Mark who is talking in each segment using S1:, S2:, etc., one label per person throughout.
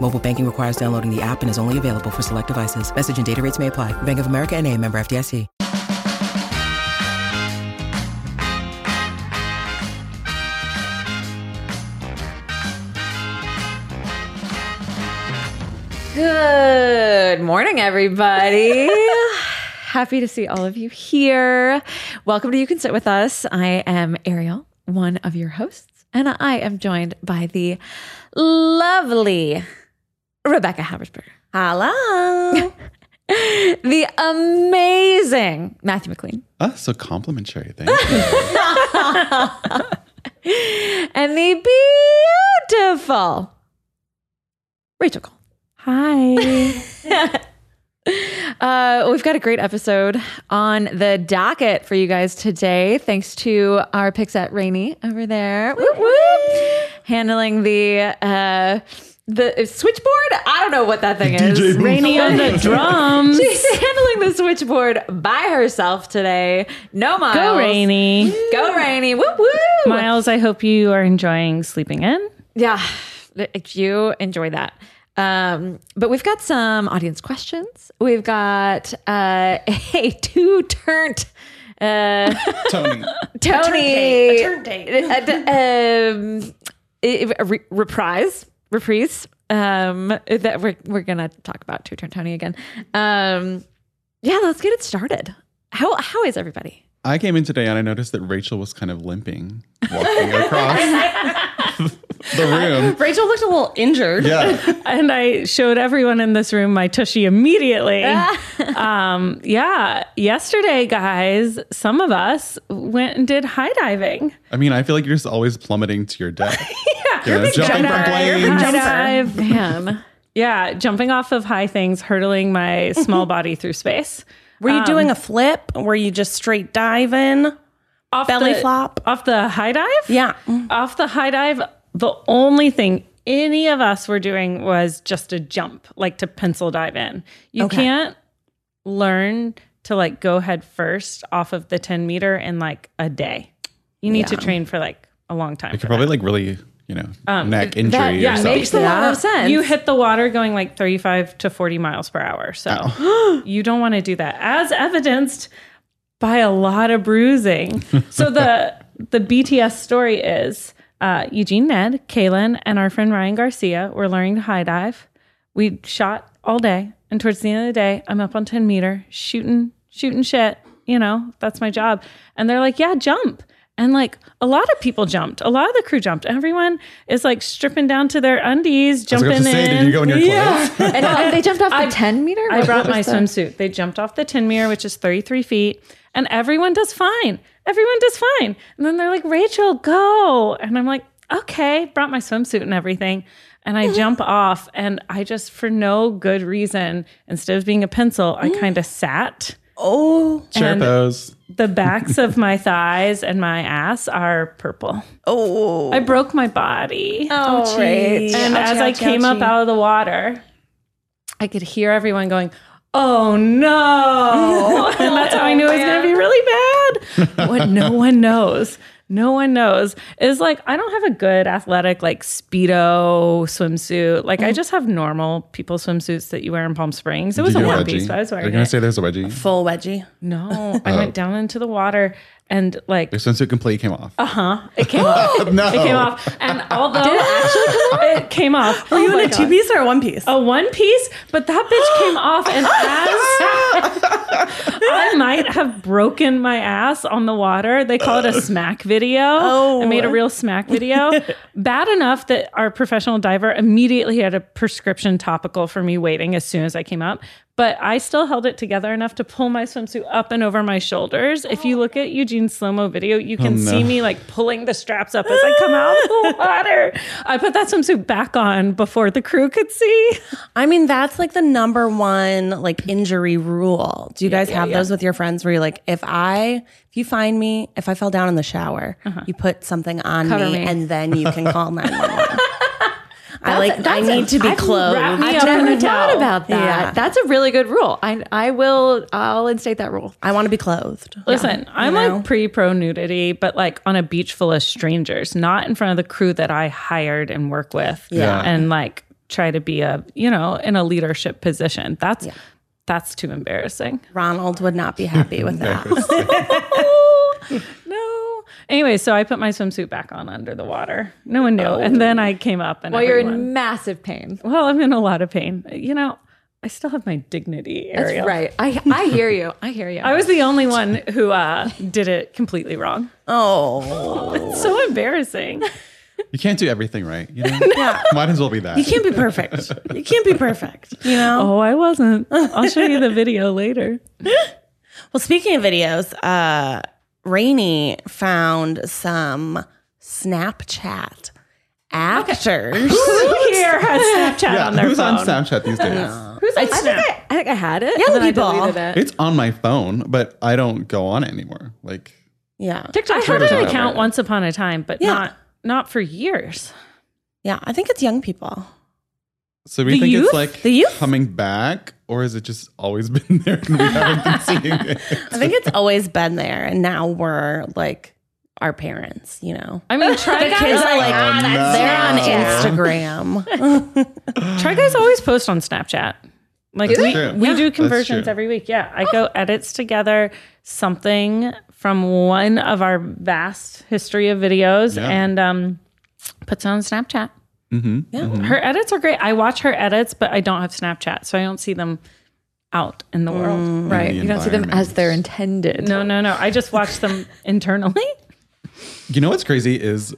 S1: Mobile banking requires downloading the app and is only available for select devices. Message and data rates may apply. Bank of America and a member FDIC.
S2: Good morning, everybody. Happy to see all of you here. Welcome to You Can Sit With Us. I am Ariel, one of your hosts, and I am joined by the lovely Rebecca Habersberger,
S3: Hello.
S2: the amazing Matthew McLean,
S4: Oh, that's so complimentary. Thank you.
S2: and the beautiful Rachel Cole.
S3: Hi.
S2: Uh, we've got a great episode on the docket for you guys today. Thanks to our picks at Rainey over there, whoop, whoop, handling the uh, the switchboard. I don't know what that thing is.
S3: Rainy on the drums.
S2: She's handling the switchboard by herself today. No miles.
S3: Go, Rainy.
S2: Go Rainey. Whoop whoop.
S3: Miles, I hope you are enjoying sleeping in.
S2: Yeah, if you enjoy that. Um, but we've got some audience questions. We've got uh, a two turned uh,
S4: Tony.
S2: Tony. A turn um, i- a re- reprise, reprise um, that we're, we're going to talk about two turn Tony again. Um, yeah, let's get it started. How, how is everybody?
S4: I came in today and I noticed that Rachel was kind of limping walking across the room.
S3: Rachel looked a little injured.
S4: Yeah.
S3: And I showed everyone in this room my tushy immediately. um, yeah. Yesterday, guys, some of us went and did high diving.
S4: I mean, I feel like you're just always plummeting to your death. yeah. You know, jumping from
S3: High
S4: planes.
S3: dive.
S2: Man,
S3: Yeah. Jumping off of high things, hurtling my small body through space.
S5: Were you doing a flip? Were you just straight diving?
S3: Off
S5: Belly
S3: the-
S5: flop?
S3: Off the high dive?
S5: Yeah. Mm.
S3: off the high dive, the only thing any of us were doing was just a jump, like to pencil dive in. You can't learn to like go head first off of the 10 meter in like a day. You need to train for like a long time.
S4: You could
S3: for
S4: probably like really, you know,
S3: Um,
S4: neck injury
S2: that
S4: or
S2: yeah,
S4: something.
S2: makes a lot of
S3: that.
S2: sense.
S3: You hit the water going like 35 to 40 miles per hour. So
S4: Oh.
S3: you don't want to do that, as evidenced by a lot of bruising. so the the BTS story is uh, Eugene, Ned, Kaylin, and our friend Ryan Garcia were learning to high dive. We shot all day, and towards the end of the day, I'm up on 10 meter shooting, shooting shit. You know, that's my job. And they're like, "Yeah, jump." And like a lot of people jumped, a lot of the crew jumped. Everyone is like stripping down to their
S4: I
S3: undies,
S4: was
S3: jumping
S4: about to say,
S3: in.
S4: did you go in your clothes?
S2: and, uh, they jumped off the 10 meter?
S3: I
S2: What
S3: brought
S2: was
S3: my
S2: the-
S3: swimsuit. They jumped off the 10 mirror, which is 33 feet, and everyone does fine. Everyone does fine. And then they're like, Rachel, go. And I'm like, okay, brought my swimsuit and everything. And I jump off, and I just, for no good reason, instead of being a pencil, I kind of sat.
S5: Oh,
S3: Um,
S4: Chair pose.
S3: The backs of my thighs and my ass are purple.
S5: oh.
S3: I broke my body.
S2: Oh, right.
S3: And as I came up out of the water, I could hear everyone going, Oh no. and that's how I knew it was going to be really bad. What no one knows. No one knows. Is like, I don't have a good athletic, like, Speedo swimsuit. Like, I just have normal people swimsuits that you wear in Palm Springs. It was
S4: Did
S3: a
S4: you get
S3: one piece, but I was
S4: Are you
S3: wearing
S4: gonna
S3: it.
S4: say there's a wedgie?
S5: full wedgie.
S3: no, I went down into the water and, like,
S4: Your swimsuit completely came off.
S3: Oh. it came off.
S4: no.
S3: It came off. And although it came off.
S5: Were you
S3: Oh my
S5: in a
S3: God. Oh.
S5: two piece or a one piece?
S3: a one piece, but that bitch came off and ass. I might have broken my ass on the water. They call it a smack video.
S5: Oh.
S3: I made a real smack video. Bad enough that our professional diver immediately had a prescription topical for me waiting as soon as I came up. But I still held it together enough to pull my swimsuit up and over my shoulders. If you look at Eugene's slow mo video, you can
S4: no.
S3: see me like pulling the straps up as I come out of the water. I put that swimsuit back on before the crew could see.
S5: I mean, that's like the number one like injury rule. Do you guys have those with your friends where you're like, if I, if you find me, if I fell down in the shower, you put something on
S2: Cover
S5: me,
S2: me.
S5: and then you can call 911. I like, I
S2: that's
S5: need to be
S2: I've
S3: wrapped
S5: clothed.
S3: me
S2: I've
S3: up in
S2: never
S3: a
S2: thought
S3: towel.
S2: about that.
S5: Yeah.
S2: That's a really good rule. I I will I'll instate that rule.
S5: I want to be clothed.
S3: Listen, I'm like pre pro nudity, but like on a beach full of strangers, not in front of the crew that I hired and work with.
S4: Yeah.
S3: And like try to be a, you know, in a leadership position. That's that's too embarrassing.
S5: Ronald would not be happy with that.
S3: No. Anyway, so I put my swimsuit back on under the water. No one knew. And then I came up and
S2: Well, you're
S3: everyone,
S2: in massive pain.
S3: well, I'm in a lot of pain. You know, I still have my dignity,
S2: That's
S3: Ariel.
S2: right. I I hear you. I hear you.
S3: I was the only one who uh, did it completely wrong.
S5: Oh,
S3: It's so embarrassing.
S4: You can't do everything right. You know? Might as well be that.
S5: you can't be perfect. You can't be perfect. You know.
S3: Oh, I wasn't. I'll show you the video later.
S5: Well, speaking of videos, uh, Rainey found some Snapchat actors.
S3: Who here has Snapchat
S4: yeah,
S3: on their
S4: who's
S3: phone?
S4: on Snapchat these days?
S2: Who's I, think I, I think I had it. Young
S5: people.
S2: I deleted it.
S4: It's on my phone, but I don't go on it anymore. Like,
S5: yeah,
S3: I
S2: TikTok.
S3: had
S4: Twitter's
S3: an
S4: not
S3: account
S4: right.
S3: once upon a time, but
S5: Yeah.
S3: not not for years.
S5: yeah. I think it's young people.
S4: so we
S3: The
S4: think
S3: youth?
S4: it's like
S5: The youth?
S4: coming back, or has it just always been there and we haven't been seeing it?
S5: I think it's always been there, and now we're like our parents. You know,
S3: I mean, try
S5: the kids are like
S4: "Ah, that's
S5: they're on
S4: Snapchat."
S5: Instagram.
S3: Try guys always post on Snapchat. Like
S4: That's
S3: we,
S4: true.
S3: we do conversions
S4: true.
S3: every week. Yeah, I go edits together something from one of our vast history of videos
S4: Yeah.
S3: and um, puts it on Snapchat.
S4: Mm-hmm.
S3: Her edits are great. I watch her edits, but I don't have Snapchat, so I don't see them out in the world.
S2: Right.
S4: the
S2: You don't see them as
S4: environment.
S2: they're intended.
S3: No, no, no. I just watch them internally.
S4: You know what's crazy is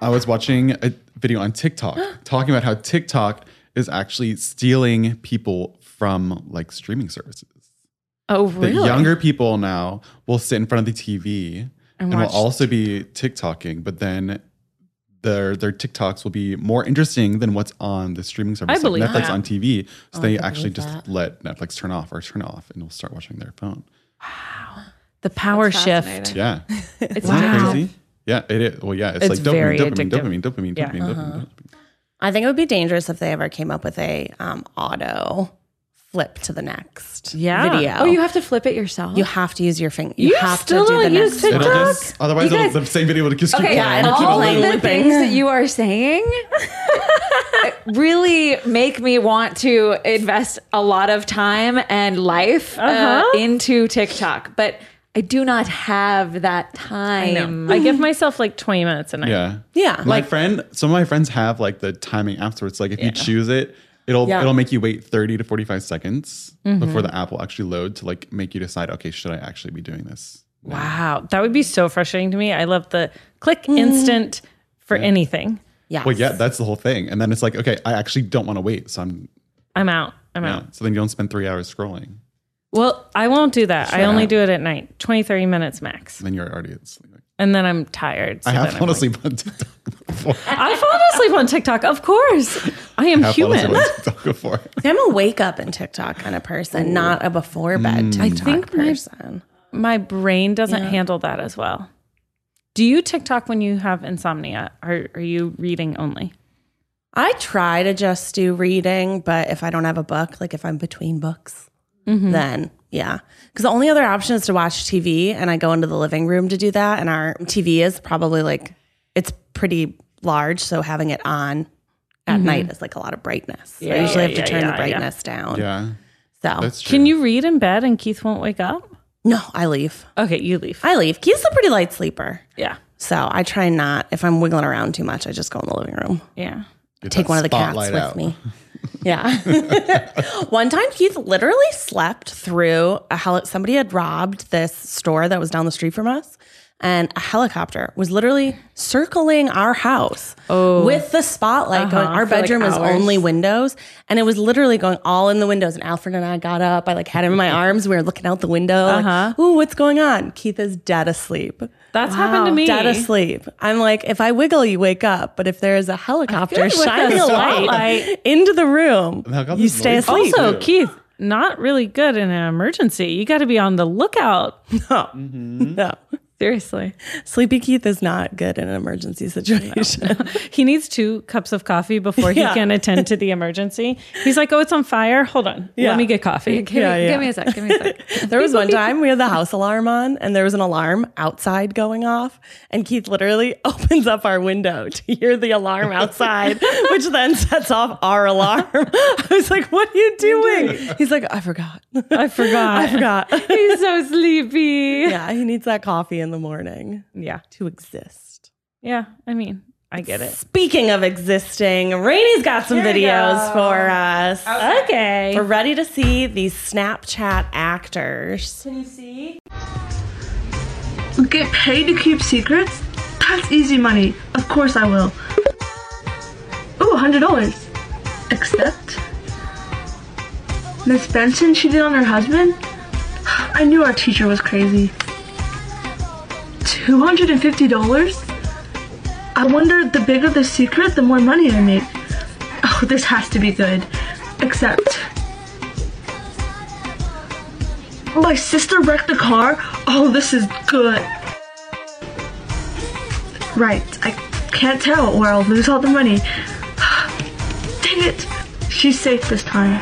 S4: I was watching a video on TikTok talking about how TikTok is actually stealing people from like streaming services.
S2: Oh,
S4: That
S2: really?
S4: younger people now will sit in front of the TV and, will
S3: watch
S4: also be TikToking, but then their their TikToks will be more interesting than what's on the streaming service.
S3: I believe
S4: Netflix
S3: that. Oh,
S4: on TV. So they actually just let Netflix turn off or turn off and will start watching their phone.
S3: The power
S2: fascinating.
S3: shift.
S4: Yeah.
S3: It's
S4: Isn't that
S3: wow.
S4: crazy? Yeah, it is. Well, yeah, it's,
S3: It's
S4: like
S3: very
S4: dopamine, dopamine,
S3: addictive.
S4: dopamine, dopamine,
S3: Yeah. Uh-huh.
S4: dopamine, dopamine, dopamine.
S5: I think it would be dangerous if they ever came up with a um, auto flip to the next
S3: Yeah.
S5: video.
S2: Oh, you have to flip it yourself.
S5: You have to use your finger. You,
S3: You
S5: have
S3: still
S5: to do the
S3: don't use
S5: next
S3: TikTok?
S4: It'll
S5: one.
S4: just, otherwise,
S2: You
S4: it'll-
S2: guys-
S4: the same video will just keep
S2: Okay,
S4: playing.
S5: it'll keep
S2: all
S5: on
S2: of the
S5: looping.
S2: things that you are saying really make me want to invest a lot of time and life uh, into TikTok, but I do not have that time.
S3: I give myself like 20 minutes a night.
S4: Yeah.
S5: Yeah.
S4: My friend, some of my friends have like the timing apps where it's like if you choose it, it'll
S5: Yeah. Mm-hmm.
S4: it'll make you wait 30 to 45 seconds before the app will actually load to like make you decide, okay, should I actually be doing this?
S3: Wow. That would be so frustrating to me. I love the click instant for anything.
S5: Yes.
S4: Well, yeah, that's the whole thing. And then it's like, okay, I actually don't want to wait. So I'm
S3: I'm out. I'm out.
S4: yeah. So then you don't spend three hours scrolling.
S3: Well, I won't do that. I only do it at night, 20, 30 minutes max.
S4: And then you're already asleep.
S3: And then I'm tired. So
S4: Mm. I
S3: then
S4: have
S3: I'm
S4: fallen
S3: like-
S4: asleep on TikTok before. I
S3: I fall asleep on TikTok. Of course. I am
S4: have fallen asleep
S3: human.
S4: on TikTok before.
S5: I'm a wake up and TikTok kind of person, not a before
S3: Mm,
S5: bed TikTok
S3: think my-
S5: person.
S3: My brain doesn't handle that as well. Do you TikTok when you have insomnia? Or are you reading only?
S5: I try to just do reading, but if I don't have a book, like if I'm between books,
S3: Mm-hmm.
S5: then yeah. Because the only other option is to watch TV, and I go into the living room to do that. And our TV is probably like, it's pretty large. So having it on at night is like a lot of brightness. So I
S3: Mm-hmm. Yeah,
S5: usually
S3: yeah,
S5: have to
S3: yeah,
S5: turn
S3: yeah,
S5: the
S3: yeah.
S5: brightness down.
S4: Yeah.
S5: So
S4: That's true.
S3: Can you read in bed and Keith won't wake up?
S5: no, I leave.
S3: Okay, you leave.
S5: I leave. He's a pretty light sleeper.
S3: Yeah.
S5: So I try not, if I'm wiggling around too much, I just go in the living room.
S3: Yeah.
S4: Get
S5: take
S4: that
S5: one of the cats
S4: spotlight
S5: with
S4: out.
S5: me. Yeah. one time Keith literally slept through a hell somebody had robbed this store that was down the street from us. and a helicopter was literally circling our house with the spotlight going. Our
S3: Oh. Uh-huh. for, like,
S5: bedroom was
S3: hours.
S5: only windows, and it was literally going all in the windows. And Alfred and I got up. I like had him in my arms. We were looking out the window. Like,
S3: Uh-huh.
S5: Ooh, what's going on? Keith is dead asleep.
S3: That's happened to me.
S5: Dead asleep. I'm like, if I wiggle, you wake up. But if there is a helicopter
S3: with
S5: shining
S3: the
S5: a light
S3: spotlight.
S5: into the room,
S4: helicopter's
S5: you stay
S4: light.
S5: asleep.
S3: Also, Keith, not really good in an emergency. You got to be on the lookout.
S5: no.
S3: Seriously.
S5: Sleepy Keith is not good in an emergency situation.
S3: He needs two cups of coffee before he
S5: Yeah.
S3: can attend to the emergency. He's like, oh, it's on fire. Hold on.
S5: Yeah.
S3: Let me get coffee.
S2: Give, me,
S5: yeah.
S2: give me a sec. Give me a sec.
S5: there was one time we had the house alarm on and there was an alarm outside going off and Keith literally opens up our window to hear the alarm outside which then sets off our alarm. I was like, "What are you doing?" He's like, "I forgot."
S3: I forgot.
S5: I forgot.
S3: He's so sleepy. Yeah.
S5: yeah, he needs that coffee in the morning
S3: yeah.
S5: to exist.
S3: I mean, I get it.
S5: Speaking of existing, Rainey's got some videos for us.
S3: Okay.
S5: We're ready to see these Snapchat actors.
S6: Get paid to keep secrets? That's easy money. Of course I will. Ooh, $100. Except. Miss Benson cheated on her husband? I knew our teacher was crazy. $250? I wonder the bigger the secret, the more money I make. Oh, this has to be good. Except. Oh, My sister wrecked the car? Oh, this is good. Right, I can't tell where I'll lose all the money. Dang it! She's safe this time.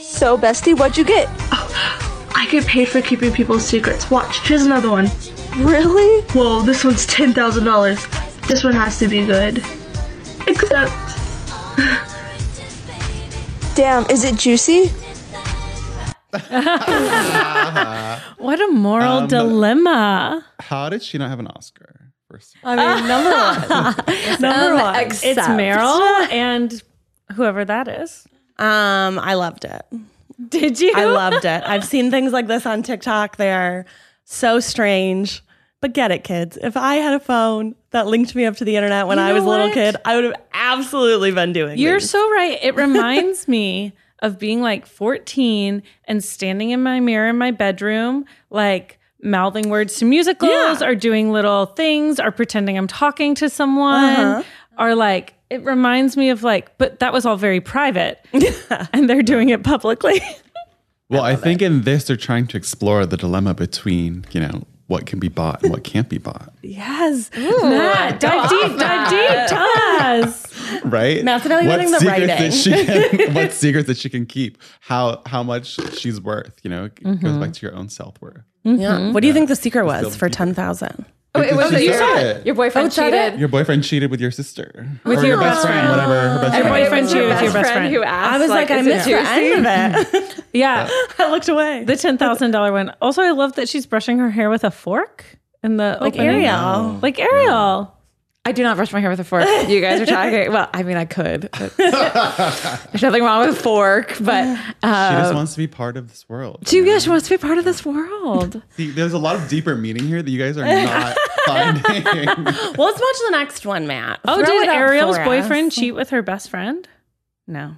S7: So, bestie, what'd you get?
S6: Oh, I get paid for keeping people's secrets. Watch, here's another one.
S7: Really?
S6: Whoa, this one's $10,000. This one has to be good. Except,
S7: Damn, Um, is it juicy?
S3: What a moral dilemma.
S4: How did she not have an Oscar? First, of all?
S5: I mean, number one. Um, number one.
S3: It's Meryl and whoever that is.
S5: Um, I loved it.
S3: Did you?
S5: I loved it. I've seen things like this on TikTok. They are so strange. But get it, kids. If I had a phone that linked me up to the internet when I was a
S3: know
S5: little
S3: what?
S5: kid, I would have absolutely been doing
S3: You're
S5: these.
S3: so right. It reminds me of being like 14 and standing in my mirror in my bedroom, like mouthing words to musicals or doing little things or pretending I'm talking to someone
S5: Uh-huh.
S3: or like, it reminds me of like, but that was all very private and they're doing it publicly.
S4: well, I, think in this they're trying to explore the dilemma between you know what can be bought and what can't be bought,
S3: yes. Matt, dive deep, dive deep, tell us.
S4: right?
S5: Matt's not even
S4: What
S5: getting the
S4: secrets
S5: writing.
S4: that she can, what secrets that she can keep? How how much she's worth? You know, it
S3: Mm-hmm.
S4: goes back to your own self worth.
S5: Yeah. What do you think the secret was
S4: still
S5: for
S4: deeper.
S5: ten thousand?
S2: Oh, it was
S4: She
S2: your,
S4: said it.
S2: your boyfriend
S5: that
S2: cheated.
S4: Your boyfriend cheated with your sister.
S3: With
S4: or
S3: your
S4: your best
S3: best
S4: friend,
S3: friend.
S4: whatever her best
S3: Your
S4: friend
S3: boyfriend
S4: was.
S3: cheated with your best friend.
S2: who asked.
S5: I was like, I
S2: is it
S5: missed the
S2: juicy?
S5: end of it.
S3: Yeah.
S5: I looked away.
S3: The ten thousand dollar one. Also, I love that she's brushing her hair with a fork in the
S5: Like
S3: opening.
S5: Ariel.
S3: like Ariel.
S2: I do not brush my hair with a fork. You guys are talking. Well, I mean, I could. There's nothing wrong with a fork, but uh,
S4: She just wants to be part of this world.
S2: she, yeah, she wants to be part of this world.
S4: See, there's a lot of deeper meaning here that you guys are not finding.
S5: Well, let's watch the next one, Matt.
S3: Oh,
S5: Throw
S3: did
S5: it up
S3: Ariel's
S5: for us.
S3: boyfriend cheat with her best friend? No,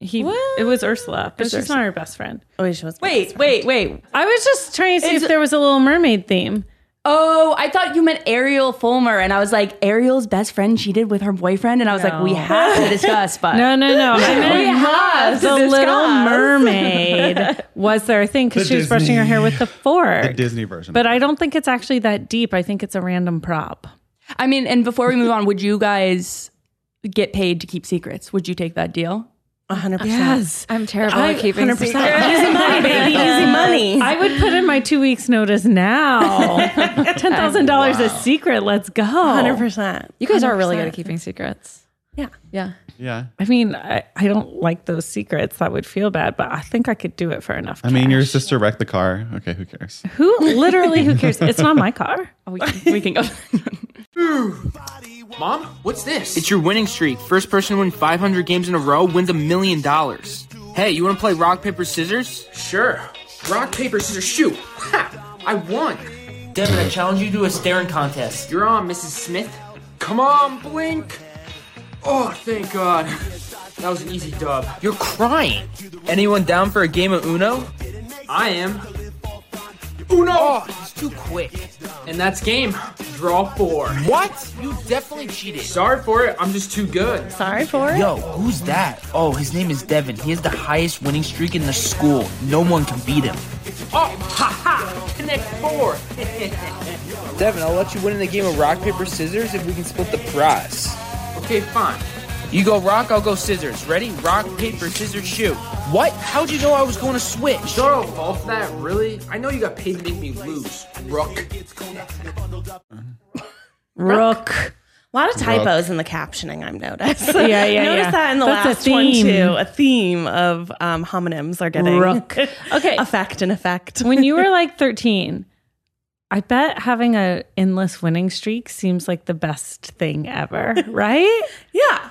S3: he. It was Ursula, but she's not her best friend.
S5: Oh, wait, she was
S2: Wait, wait, wait.
S3: I was just trying to see if there was a Little Mermaid theme.
S8: Oh, I thought you meant Ariel Fulmer, and I was like, Ariel's best friend cheated with her boyfriend, and I was like, we have to discuss, but
S3: No, no, no. I meant
S2: have
S3: the
S2: to discuss.
S3: Little Mermaid was their thing because
S4: The
S3: she was brushing her hair with the
S4: the
S3: fork.
S4: Disney version.
S3: but I don't think it's actually that deep. I think it's a random prop.
S8: I mean, and before we move on, would you guys get paid to keep secrets? Would you take that deal?
S5: hundred percent.
S2: I'm terrible at keeping 100%.
S5: Easy money, baby. Easy money.
S3: I would put in my two weeks notice now. Ten thousand dollars a secret. Let's go.
S5: Hundred percent.
S2: You guys are really good at keeping secrets.
S5: Yeah.
S2: Yeah.
S4: yeah.
S3: I mean, I, I don't like those secrets. That would feel bad, but I think I could do it for enough.
S4: I mean, your sister wrecked the car. Okay, who cares?
S3: who literally who cares? It's not my car.
S8: Oh, we, we can go.
S9: Mom, what's this? It's your winning streak. First person to win 500 games in a row wins a million dollars. Hey, you want to play rock, paper, scissors? Sure. Rock, paper, scissors, shoot. Ha! I won.
S10: Devin, I challenge you to a staring contest.
S9: You're on, Mrs. Smith.
S10: Come on, blink.
S9: Oh, thank God. That was an easy dub.
S10: You're crying. Anyone down for a game of Uno?
S9: I am.
S10: Uno. Oh, he's too quick.
S9: And that's game. Draw four.
S10: What? You definitely cheated.
S9: Sorry for it. I'm just too good.
S5: Sorry for it.
S10: Yo, who's that? Oh, his name is Devin. He has the highest winning streak in the school. No one can beat him.
S9: Oh, haha. Connect four.
S10: Devin, I'll let you win in the game of rock, paper, scissors if we can split the prize.
S9: okay, fine.
S10: You go rock, I'll go scissors. Ready? Rock, paper, scissors, shoot. What? How'd you know I was going to switch?
S9: Shut up off that, really? I know you got paid to make me lose, Rook.
S3: Rook.
S5: A lot of typos in the captioning, I've noticed.
S3: Yeah, yeah,
S5: Notice
S3: yeah.
S5: that in the
S3: That's a
S5: last one
S3: theme.
S5: too. A theme of um, homonyms are getting
S3: Rook. Okay.
S5: effect and effect.
S3: when you were like 13, I bet having a endless winning streak seems like the best thing ever, right?
S5: yeah,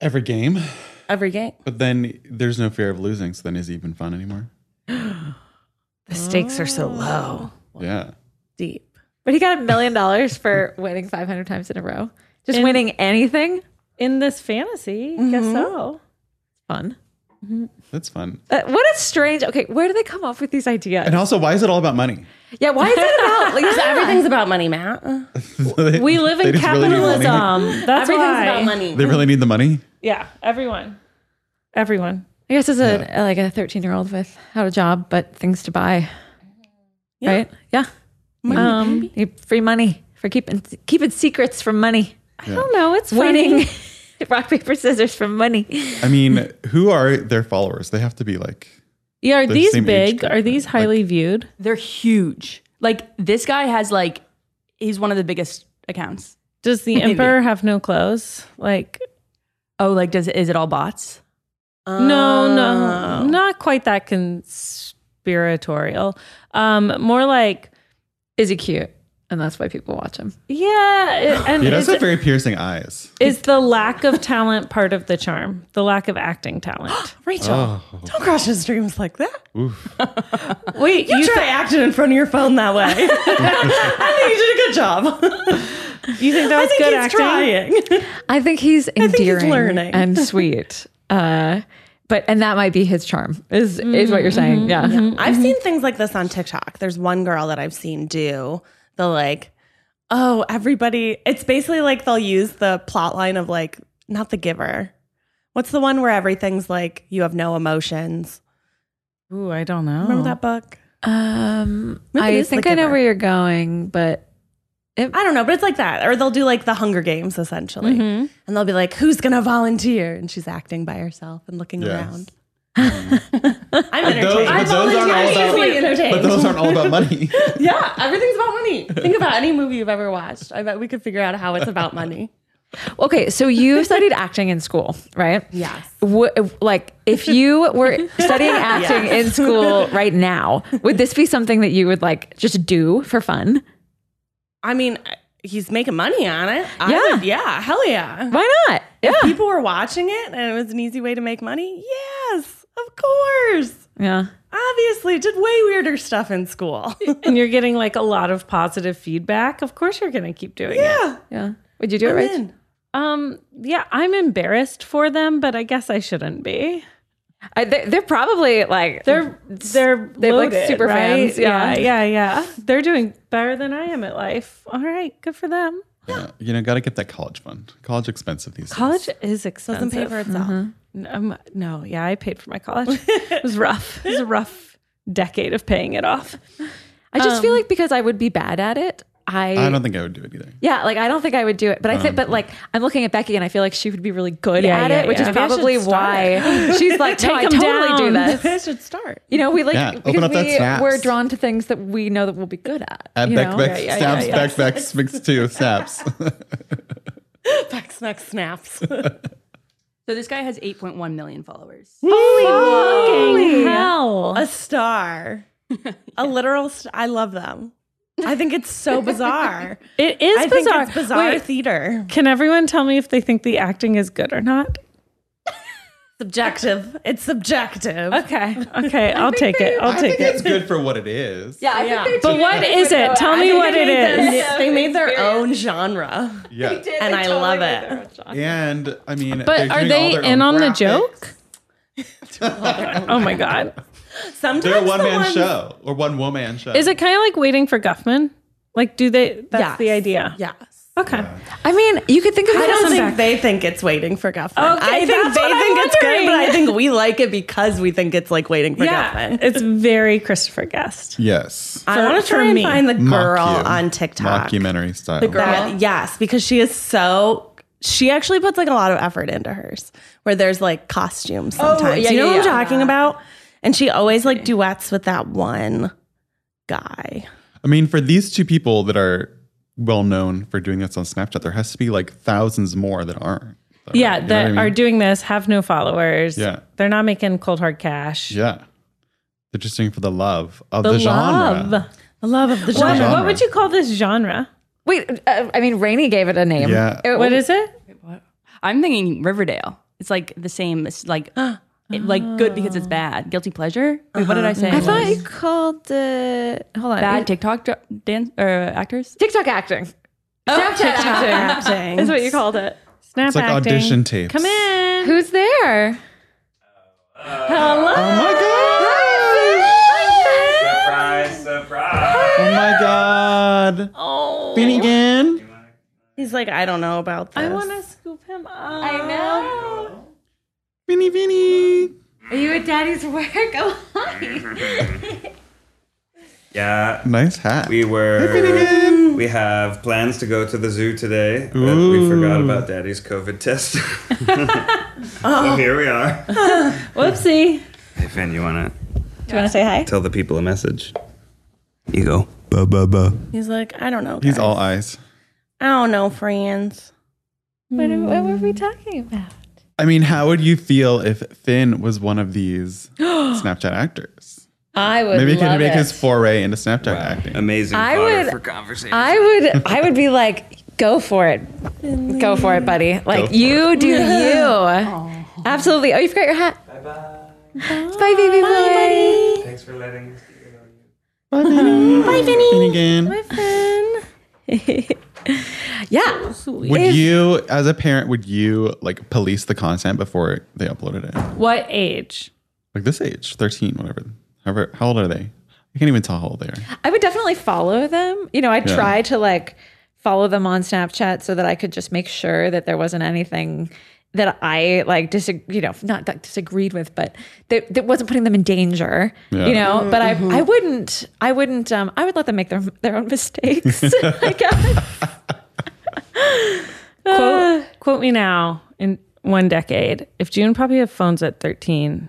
S4: Every game.
S5: every game.
S4: But then there's no fear of losing, so then is it even fun anymore?
S2: The stakes are so low.
S4: Yeah.
S5: Deep.
S2: But he got a million dollars for winning 500 times in a row. Just winning anything.
S3: In this fantasy, guess
S5: Mm-hmm.
S3: so.
S2: Fun.
S4: That's fun.
S2: Uh, what a strange. Okay, where do they come up with these ideas?
S4: And also, why is it all about money?
S2: Yeah, why is it about like
S3: Ah.
S5: Everything's about money, Matt.
S3: We live in
S4: They just really need money.
S3: capitalism. That's
S5: Everything's
S3: why.
S5: about money.
S4: They really need the money?
S3: Yeah, everyone. Everyone.
S2: I guess as a like a 13 year old with out a job but things to buy, right? Yeah,
S3: Um,
S2: You- free money for keeping keeping secrets from money,
S3: I don't know. It's funny.
S2: winning rock paper scissors from money.
S4: I mean, who are their followers? They have to be like,
S3: Yeah, are
S4: They're
S3: these
S4: same age
S3: big?
S4: group,
S3: Are these
S4: right?
S3: highly viewed?
S8: They're huge. Like this guy has like he's one of the biggest accounts.
S3: Does the emperor have no clothes? Like,
S8: Oh, like does is it all bots?
S3: no,
S5: Oh.
S3: no, not quite that conspiratorial. Um, more like,
S2: Is he cute? And that's why people watch him.
S3: yeah, it- and
S4: he does
S3: is,
S4: have very piercing eyes.
S3: is the lack of talent part of the charm? The lack of acting talent.
S5: Rachel, don't crush his dreams like that.
S3: Wait,
S5: You,
S3: you,
S5: try acting in front of your phone that way. I think you did a good job.
S3: th- you think that
S5: I
S3: was
S5: think
S3: good
S5: he's
S3: acting?
S5: trying.
S2: I think he's
S5: he's
S2: endearing
S5: learning.
S2: and sweet. Uh, but and that might be his charm. Is is what you're saying? yeah.
S3: Mm-hmm.
S5: I've seen things like this on TikTok. There's one girl that I've seen do the like, oh, everybody. It's basically like they'll use the plot line of like, not the giver. What's the one where everything's like, you have no emotions?
S3: Ooh, I don't know.
S5: Remember that book?
S2: Um,
S5: Maybe it
S2: I
S5: is the
S2: think I know
S5: giver.
S2: where you're going, but
S5: I don't know, but it's like that. Or they'll do like the Hunger Games essentially.
S3: Mm-hmm.
S5: And they'll be like, who's going to volunteer? And she's acting by herself and looking
S4: Yeah.
S5: around. I'm entertained.
S4: those- but
S5: I'm
S4: those aren't all about-
S5: easily entertained.
S4: But those aren't all about money.
S5: Yeah, everything's about money. Think about any movie you've ever watched. I bet we could figure out how it's about money.
S2: okay. So you studied acting in school, right?
S5: Yes.
S2: Wo- like if you were studying acting in school right now, would this be something that you would like just do for fun?
S5: I mean, he's making money on it. I
S2: Yeah.
S5: would- yeah. Hell yeah.
S2: Why not? Yeah.
S5: People were watching it and it was an easy way to make money. Yes, of course.
S2: Yeah.
S5: Obviously, did way weirder stuff in school.
S3: And you're getting like a lot of positive feedback. Of course, you're going to keep doing it.
S5: yeah.
S2: Yeah. Would you do it,
S5: I'm
S2: Rach?
S5: in.
S3: Um, yeah, I'm embarrassed for them, but I guess I shouldn't be.
S2: I, they, they're probably like
S3: They're they're
S2: They have, like,
S3: loaded,
S2: super
S3: right?
S2: fans,
S3: Yeah.
S2: yeah.
S3: yeah, yeah, They're doing better than I am at life. All right, good for them.
S4: Yeah. You know, got to get that college fund. College expensive these days.
S3: College is expensive.
S5: Doesn't pay for itself.
S3: No, um, no, yeah, I paid for my college. it was rough. It was a rough decade of paying it off.
S2: I just feel like because I would be bad at it, I
S4: I don't think I would do it either.
S2: Yeah, like I don't think I would do it, but I think, but like I'm looking at Becky and I feel like she would be really good
S3: Yeah,
S2: at
S3: yeah,
S2: it, which
S3: yeah.
S2: is
S3: Maybe I should
S2: probably
S3: start.
S2: why she's like, no,
S3: Take
S2: I
S3: 'em
S2: totally do
S3: down.
S2: this.
S3: I should start.
S2: You know, we like
S4: Yeah, open
S2: because
S4: up that
S2: we
S4: snaps.
S2: we're drawn to things that we know that we'll be good at.
S4: At
S2: you
S4: back,
S2: know?
S4: back, snaps, back, back, smix two, snaps.
S5: Back snack snaps.
S8: So this guy has 8.1 million followers.
S5: Holy
S3: hell.
S5: A star. A literal st- I love them. I think it's so bizarre.
S3: It is
S5: I think
S3: bizarre.
S5: it's bizarre
S3: Wait,
S5: theater.
S3: Can everyone tell me if they think the acting is good or not?
S5: Subjective. It's subjective.
S3: Okay. Okay. I'll take it. I'll
S4: I
S3: take
S4: think it's
S3: it.
S4: good for what it is.
S2: Yeah, I think
S3: But what is it? Tell me what it is.
S5: They made their own genre.
S4: Yeah.
S5: And I love it.
S4: And I mean,
S3: But
S4: they're
S3: are
S4: doing all
S3: they
S4: their
S3: in
S4: own
S3: on the
S4: graphics.
S3: joke? oh my god.
S5: Sometimes
S4: They're a one
S5: the
S4: man
S5: ones-
S4: show or one woman show.
S3: Is it kind of like waiting for Guffman? Like, do they? That's
S5: Yes.
S3: the idea.
S5: Yes.
S3: Okay.
S2: I mean, you could think of it
S5: I don't
S2: as
S5: think
S2: something-
S5: they think it's waiting for Guffman. I think
S3: that's
S5: they
S3: what I'm
S5: think it's good, but I
S3: wondering.
S5: think we like it because we think it's like waiting for
S3: Yeah.
S5: Guffman.
S3: It's very Christopher Guest.
S4: Yes.
S5: I want to
S3: for
S5: try and
S3: me.
S5: find the girl
S4: Mock you.
S5: on TikTok.
S4: Mockumentary style.
S5: That, yes, because she is so. She actually puts like a lot of effort into hers, where there's like costumes
S3: Oh,
S5: sometimes.
S2: yeah,
S5: you know
S2: yeah,
S5: what
S2: yeah.
S5: I'm talking about? And she always like duets with that one guy.
S4: I mean, for these two people that are well known for doing this on Snapchat, there has to be like thousands more that aren't. that
S3: Yeah,
S4: are- you know
S3: that
S4: what I mean?
S3: are doing this, have no followers.
S4: Yeah.
S3: They're not making cold hard cash.
S4: Yeah. They're just doing it for the love of
S3: The,
S4: the,
S3: love.
S4: genre.
S5: The love of the
S4: What?
S3: What,
S4: genre.
S3: what would you call this genre?
S2: Wait, uh, I mean, Rainey gave it a name. Uh,
S4: Yeah.
S2: It-
S3: What is it?
S8: I'm thinking Riverdale. It's like the same. It's like it, like good because it's bad. Guilty pleasure. Wait, what did I say?
S2: Uh-huh. I thought you called it. Hold on.
S8: bad TikTok dr- dance or uh, actors.
S2: TikTok acting.
S3: Oh,
S2: Snapchat acting.
S5: acting.
S2: Is what you called it.
S3: Snap
S4: It's like
S3: acting.
S4: audition tapes.
S3: Come in.
S2: Who's there?
S4: Oh
S3: Hello.
S4: my god! Surprise! Surprise! Oh my god!
S3: Oh.
S4: Finnegan.
S5: He's like, I don't know about this.
S3: I want to scoop him up.
S2: I know.
S4: Vinny, Vinny.
S2: Are you at daddy's work? Oh, hi.
S11: Yeah,
S4: Nice hat.
S11: we were. We have plans to go to the zoo today, but we forgot about Daddy's COVID test. So here we are.
S3: Whoopsie.
S11: Hey, Finn, you want to
S3: Do you want to say hi?
S11: tell the people a message? You go. Ba ba ba.
S5: He's like, I don't know.
S4: He's
S5: guys.
S4: all eyes.
S5: I don't know, friends.
S2: what, are- what were we talking about?
S4: I mean, how would you feel if Finn was one of these Snapchat actors?
S2: I would
S4: Maybe he
S2: love
S4: could make
S2: it.
S4: his foray into Snapchat acting.
S11: Amazing.
S2: I
S11: fodder
S2: would-
S11: For conversation.
S2: I would I would be like, go for it. Go for it, buddy. Like
S4: for
S2: you do you. Absolutely. Oh, you forgot your hat. Bye bye. Bye, baby boy.
S11: Thanks for letting us.
S4: Bye, Vinny. Bye, Vinny. Finnegan.
S2: Yeah.
S4: Would you, as a parent, would you like police the content before they uploaded it?
S3: What age?
S4: Like this age, thirteen, whatever. However, how old are they? I can't even tell how old they are.
S2: I would definitely follow them. You know, I
S4: Yeah.
S2: try to like follow them on Snapchat so that I could just make sure that there wasn't anything that I like disagree, you know, not that disagreed with, but that, that wasn't putting them in danger,
S4: Yeah.
S2: you know, but I, I wouldn't, I wouldn't, um, I would let them make their, their own mistakes. I guess. Uh,
S3: Quote, quote me now in one decade. If June Poppy have phones at 13,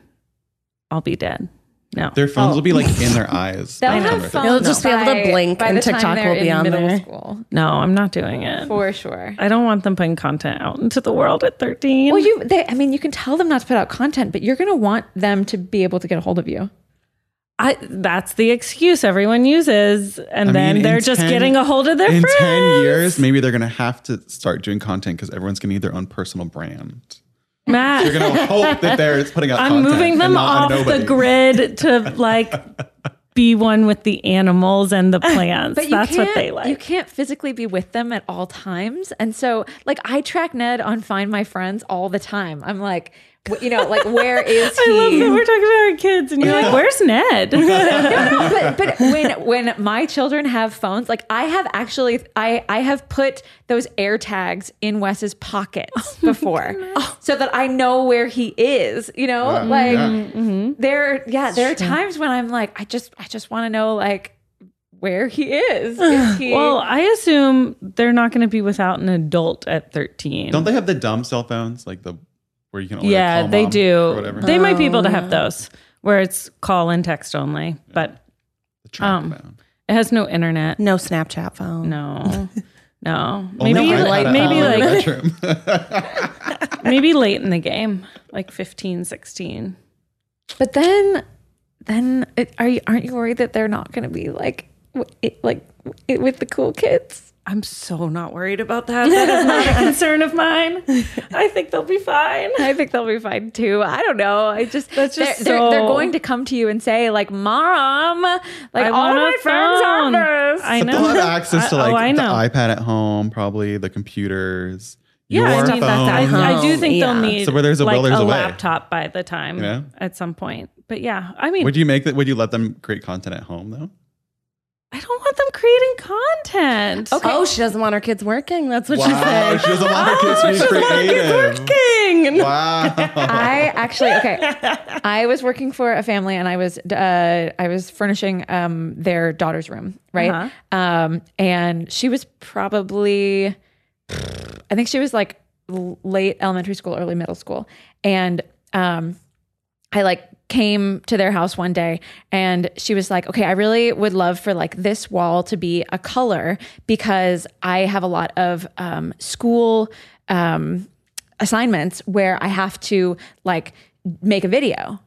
S3: I'll be dead. No.
S4: Their phones will be like in their eyes. by
S2: They'll
S4: the time
S2: have
S4: they're
S2: fun.
S5: They'll just be able to
S2: by-
S5: blink
S2: by
S5: and
S2: the time
S5: TikTok
S2: they're
S5: will be
S2: in
S5: on
S2: middle
S5: there.
S2: School,
S3: no, I'm not doing it.
S2: for sure.
S3: I don't want them putting content out into the world at 13.
S2: Well, you, they, I mean, you can tell them not to put out content, but you're going to want them to be able to get a hold of you.
S3: I, that's the excuse everyone uses. And
S4: I
S3: then
S4: mean, in
S3: they're just
S4: 10
S3: getting a hold of their
S4: in
S3: friends.
S4: 10 years maybe they're gonna have to start doing content because everyone's gonna need their own personal brand
S3: Matt,
S4: you're gonna hope that they're putting out
S3: I'm
S4: content
S3: moving
S4: and
S3: them
S4: not
S3: off
S4: a
S3: the
S4: nobody.
S3: grid to like be one with the animals and the plants.
S2: But you
S3: That's
S2: can't,
S3: what they
S2: You
S3: like.
S2: can't physically be with them at all times. And so, like, I track Ned on Find My Friends all the time. I'm like, wh- you know, like, where is he?
S3: I love that we're talking about our kids, and you're like, "Where's Ned?"
S2: no, but but when when my children have phones, like I have actually I I have put those air tags in Wes's pockets
S3: Oh
S2: before so that I know where he is, you know?
S4: Wow.
S2: Like
S4: Yeah.
S3: Mm-hmm.
S2: there yeah, there are times when I'm like I just I just want to know like where he is. Is he-
S3: Well, I assume they're not going to be without an adult at 13.
S4: Don't they have the dumb cell phones like the where you can only
S3: yeah,
S4: call
S3: they
S4: mom
S3: do.
S4: or whatever?
S3: They might be able to have those where it's call and text only, but um, it has no internet.
S5: No Snapchat phone.
S3: No. No,
S5: Only
S3: maybe
S5: if I
S3: like,
S5: had a
S3: maybe
S5: phone in
S3: like
S4: the
S3: maybe late in the game, like 15, 16.
S2: but then, then it, are you aren't you worried that they're not going to be like w- it, like w- it with the cool kids?
S3: I'm so not worried about that. That is not a concern of mine. I think they'll be fine.
S2: I think they'll be fine too. I don't know. I just
S3: That's just
S2: they're, they're, they're
S3: so-
S2: going to come to you and say like, "Mom, like
S3: I
S2: all
S3: want
S2: my
S3: a
S2: friends
S3: phone."
S2: have this."
S3: I
S4: But they'll have access to
S3: I- oh,
S4: like
S3: I
S4: the
S3: know.
S4: iPad at home, probably the computers.
S3: Yeah,
S4: your
S3: I think
S4: phone.
S3: that's I, I do think they'll need
S4: So where there's a will,
S3: like
S4: there's
S3: a
S4: a way.
S3: laptop by the time
S4: You know?
S3: at some point. But yeah, I mean,
S4: Would you make that? Would you let them create content at home though?
S3: I don't want them creating content.
S5: Okay. Oh, she doesn't want her kids working. That's what she
S4: Wow,
S5: said.
S4: she doesn't want her kids to be creative.
S5: King.
S4: Wow.
S2: I actually okay. I was working for a family and I was uh, I was furnishing um, their daughter's room, right? Um, and she was probably, I think she was like l- late elementary school, early middle school, and um, I like came to their house one day and she was like, "Okay, I really would love for like this wall to be a color because I have a lot of um, school." Um, assignments where I have to like make a video.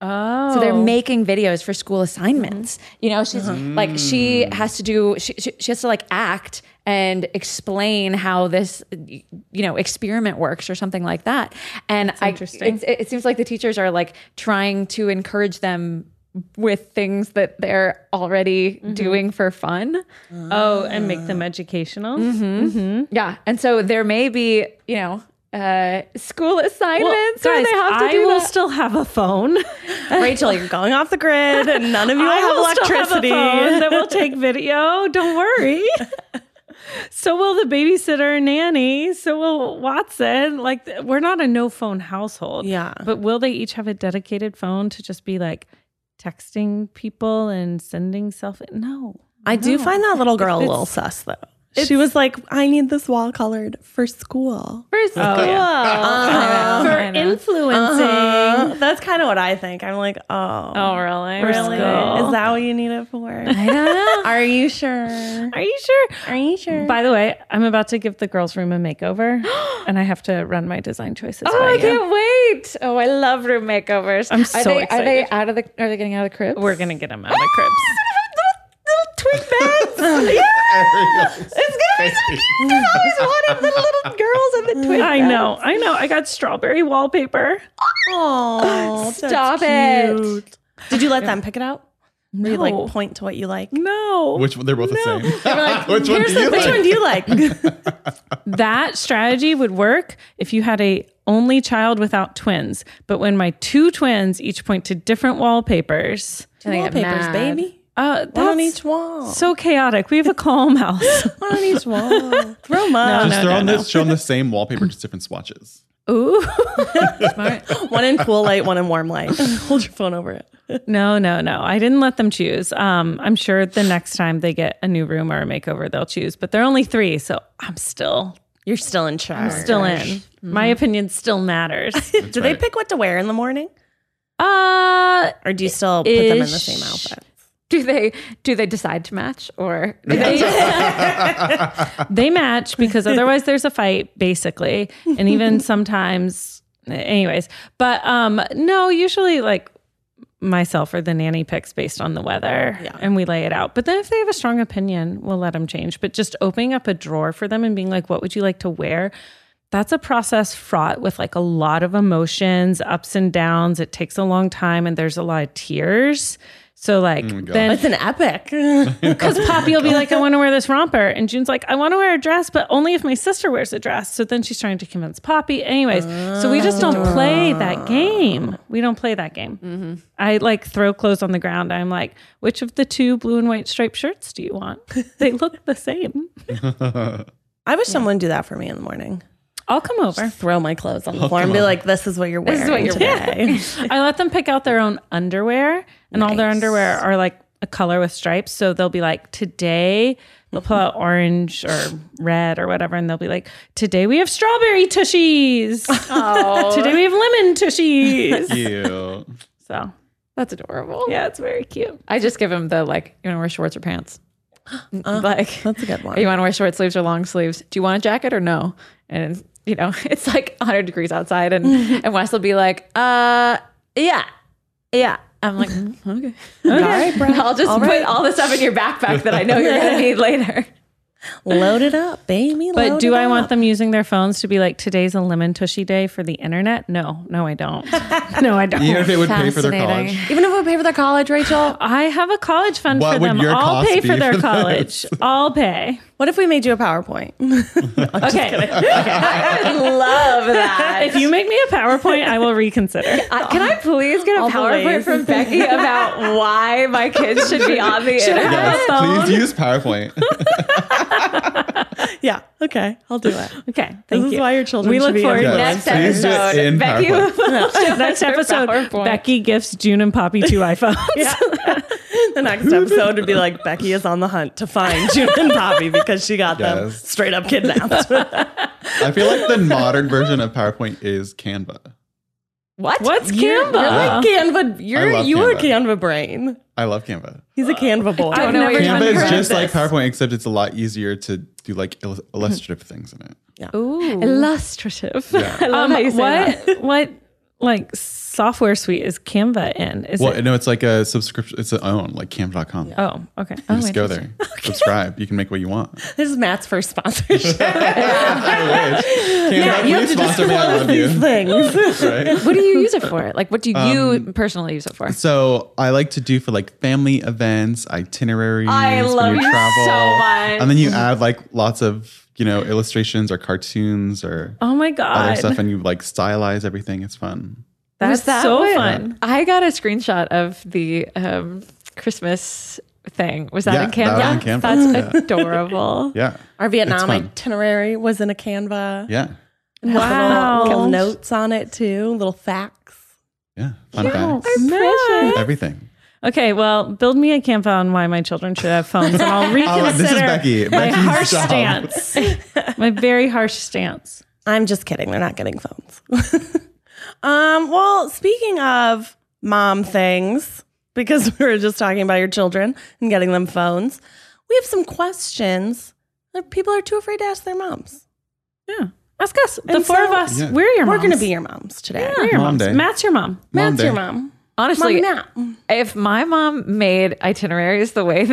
S3: Oh, Mm-hmm.
S2: So they're making videos for school assignments. You know, she's like she has to do she, she she has to like act and explain how this you know experiment works or something like that. And I
S3: interesting.
S2: it's- it, it seems like the teachers are like trying to encourage them with things that they're already
S3: Mm-hmm.
S2: doing for fun.
S3: oh, and make them educational.
S2: Yeah, and so there may be, you know, uh, school
S3: Well,
S2: assignments or
S3: guys,
S2: they have to
S3: I
S2: do
S3: will
S2: that.
S3: still have a phone.
S5: Rachel, you're going off the grid, and none of you
S3: I
S5: have
S3: will still
S5: electricity.
S3: Have a phone that will take video. Don't worry. so will the babysitter and nanny. So will Watson. Like th- we're not a no phone household.
S5: Yeah.
S3: But will they each have a dedicated phone to just be like texting people and sending self? No.
S5: I do find that little girl a little
S3: It's-
S5: sus though. She was like, "I need this wall colored for school."
S2: For school.
S3: Oh,
S2: I know,
S3: For
S2: I know.
S3: influencing.
S5: Uh-huh. That's kind of what I think. I'm like, "Oh,
S3: Oh really?
S5: really?
S3: School.
S5: Is that what you need it for?"
S2: I don't know.
S5: Are you sure?
S3: Are you sure?
S5: Are you sure?
S3: By the way, I'm about to give the girls' room a makeover, and I have to run my design choices.
S2: Oh,
S3: by
S2: I
S3: you.
S2: can't wait! Oh, I love room makeovers.
S3: I'm
S2: are
S3: so
S2: they, Are they
S3: excited.
S2: out of the? Are they getting out of the crib? Oh,
S3: We're gonna get them out of the cribs.
S2: Little, little twig beds.
S4: Ariel's face.
S2: I always wanted the little girls in the twig.
S3: I know, I know. I got strawberry wallpaper.
S5: Oh,
S2: Stop it!
S5: Did you let them pick it out? Were you
S3: No.
S5: like point to what you like?
S3: No,
S4: Which one? They're both the same. which one
S5: Here's
S4: do
S5: the-
S4: you
S5: which
S4: like?
S5: one do you like?
S3: that strategy would work if you had a only child without twins. But when my two twins each point to different wallpapers,
S2: I think I'm
S5: Wallpapers,
S2: mad.
S5: baby.
S3: uh, that's
S5: One on each wall.
S3: so chaotic. We have a calm house.
S5: One on each wall. Throw 'em
S3: No,
S5: up.
S4: Just
S3: no,
S4: throw
S3: no,
S4: on
S3: no.
S4: this, show them the same wallpaper, just different swatches.
S3: Ooh,
S5: One in cool light, one in warm light. Hold your phone over it.
S3: no, no, no. I didn't let them choose. Um, I'm sure the next time they get a new room or a makeover, they'll choose. But they're only three, so I'm still
S5: You're still in charge.
S3: still in. My opinion still matters.
S5: Do they pick what to wear in the morning?
S3: uh
S5: Or do you still put them in the
S3: Ish.
S5: same outfit?
S2: Do they? Do they decide to match or? Do they,
S3: they match because otherwise there's a fight basically and even sometimes anyways but um no usually like myself or the nanny picks based on the weather
S5: Yeah.
S3: and we lay it out but then if they have a strong opinion we'll let them change but just opening up a drawer for them and being like what would you like to wear that's a process fraught with like a lot of emotions ups and downs it takes a long time and there's a lot of tears so like then
S5: It's an epic.
S3: because Poppy will be like, I want to wear this romper. And June's like, I want to wear a dress, but only if my sister wears a dress. So then she's trying to convince Poppy. Anyways, so we just don't play that game. We don't play that game. I like throw clothes on the ground. I'm like, which of the two blue and white striped shirts do you want? They look the same.
S5: I wish someone would do that for me in the morning.
S3: I'll come over.
S5: Throw my clothes on the floor and be like, "This is what you're wearing."
S2: is what you're
S5: today."
S3: I let them pick out their own underwear, and all their underwear are like a color with stripes. So they'll be like, today they'll pull
S2: Mm-hmm.
S3: out orange or red or whatever, and they'll be like, today we have strawberry tushies.
S2: Oh.
S3: today we have lemon tushies.
S4: You.
S3: So
S2: That's adorable.
S3: yeah, it's very cute.
S2: I just give him the like, you want to wear shorts or pants?
S3: Uh,
S2: like,
S5: that's a good one.
S2: you want to wear short sleeves or long sleeves? Do you want a jacket or no? And it's- you know, it's like 100 degrees outside, and and Wes will be like, uh, yeah, yeah. I'm like, mm, okay,
S5: All right, Brad.
S2: I'll just
S5: All
S2: put
S5: right.
S2: all this stuff in your backpack that I know you're gonna need later.
S5: Load it up, baby.
S3: But
S5: load
S3: do
S5: it
S3: I
S5: up.
S3: want them using their phones to be like, today's a lemon tushy day for the internet? No, no, I don't. no, I don't.
S4: Even if it would pay for their college.
S2: Even if we pay for their college, Rachel.
S3: I have a college fund
S4: What
S3: for
S4: would
S3: them.
S4: your
S3: I'll
S4: cost
S3: pay
S4: be
S3: for their
S4: for this?
S3: college. I'll pay.
S5: What if we made you a PowerPoint?
S3: Okay.
S2: I love that.
S3: if you make me a PowerPoint, I will reconsider.
S2: I, can I please get a
S3: All the
S2: PowerPoint
S3: ways.
S2: from Becky about why my kids should be on the
S3: Should I
S2: internet?
S3: have a phone?
S4: Please use PowerPoint.
S5: yeah. Okay. I'll do it.
S3: Okay.
S5: This
S3: Thank
S5: is
S3: you.
S5: why your children
S3: We
S5: should
S3: look
S5: be
S3: forward to
S4: influenced.
S3: next
S4: Please do it
S3: episode.
S4: in
S2: Becky
S4: PowerPoint.
S2: will show
S3: Next
S2: us her
S3: episode,
S2: PowerPoint.
S3: Becky gifts June and Poppy two iPhones.
S5: the next episode would be like Becky is on the hunt to find June and Poppy because she got them
S4: Yes.
S5: straight up kidnapped.
S4: I feel like the modern version of PowerPoint is Canva.
S2: What?
S3: What's
S5: You're
S3: Canva?
S5: like Canva. You're
S4: love
S5: you're a
S4: Canva.
S5: Canva brain.
S4: I love Canva.
S5: He's a Canva boy.
S2: don't know what you're
S4: Canva
S2: talking
S4: is
S2: about.
S4: just like PowerPoint, except it's a lot easier to do like il- illustrative things in it.
S2: Illustrative. I love
S3: Um,
S2: how you say that.
S3: what what like software suite is Canva in? Is
S4: Well,
S3: it?
S4: no, it's like a subscription. It's its own, like Canva.com.
S3: Oh, okay.
S4: You just go there, subscribe. You can make what you want.
S5: This is Matt's first sponsorship.
S4: I wish. Canva,
S5: you
S4: please
S5: have to
S4: sponsor me. I
S5: disclose
S4: love you.
S5: these things.
S4: Right?
S2: What do you use it for? Like, what do you personally use it for?
S4: So I like to do for like family events, itineraries.
S2: I
S4: when
S2: love you so much.
S4: And then you add like lots of you know illustrations or cartoons or
S3: Oh my
S4: other
S3: god,
S4: stuff, and you like stylize everything. It's fun.
S3: that's
S2: Was that
S3: so
S2: what-
S3: fun.
S2: I got a screenshot of the um, Christmas thing. Was that
S4: Yeah,
S2: in Canva?
S4: that was in Canva.
S2: That's
S4: Yeah.
S2: adorable.
S4: Yeah,
S5: Our Vietnam
S4: fun.
S5: itinerary was in a Canva.
S4: yeah,
S5: It had
S3: Wow.
S5: Little, little notes on it too, little facts.
S4: yeah. Fun facts.
S3: Nice.
S4: Everything.
S3: Okay, well, build me a Canva on why my children should have phones, and I'll reconsider
S4: Oh, this is Becky.
S3: my
S4: Becky's
S3: harsh
S4: job.
S3: stance, my very harsh stance.
S5: I'm just kidding. They're not getting phones. um, well, speaking of mom things, because we were just talking about your children and getting them phones, we have some questions that people are too afraid to ask their moms.
S3: Yeah, ask us. The
S5: And
S3: four
S5: so-
S3: of us.
S4: Yeah.
S3: We're your.
S5: We're going to
S3: moms.
S5: be your moms today.
S3: We're your
S4: Mom
S3: moms.
S4: day.
S3: Matt's your mom.
S4: Mom
S5: Matt's
S4: day.
S5: your mom.
S2: Honestly,
S5: Mom, now.
S2: if my mom made itineraries the way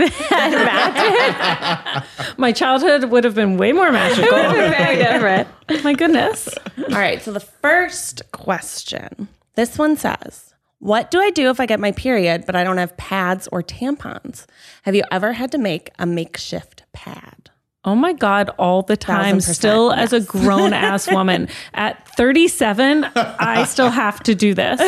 S2: that
S3: My childhood would have been way more
S2: Matt did, it
S3: magical.
S2: would have been very different.
S3: My goodness.
S5: All right. So the first question. This one says, "What do I do if I get my period but I don't have pads or tampons? Have you ever had to make a makeshift pad?"
S3: Oh my God, all the time.
S5: Thousand percent,
S3: Still, as a grown ass woman at 37, I still have to do this.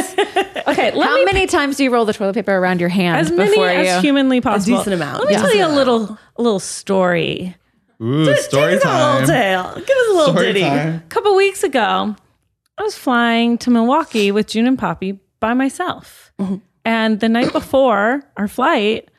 S2: Okay, how many times do you roll the toilet paper around your hand
S3: As many
S2: before
S3: as
S2: you?
S3: humanly possible.
S5: decent amount.
S3: Let me
S5: Yeah.
S3: tell you a little, a little story.
S4: Ooh, story
S5: Give us a little
S4: time.
S5: tale. Give us a little
S4: Story
S5: ditty.
S4: time.
S3: A couple weeks ago, I was flying to Milwaukee with June and Poppy by myself. And the night before our flight,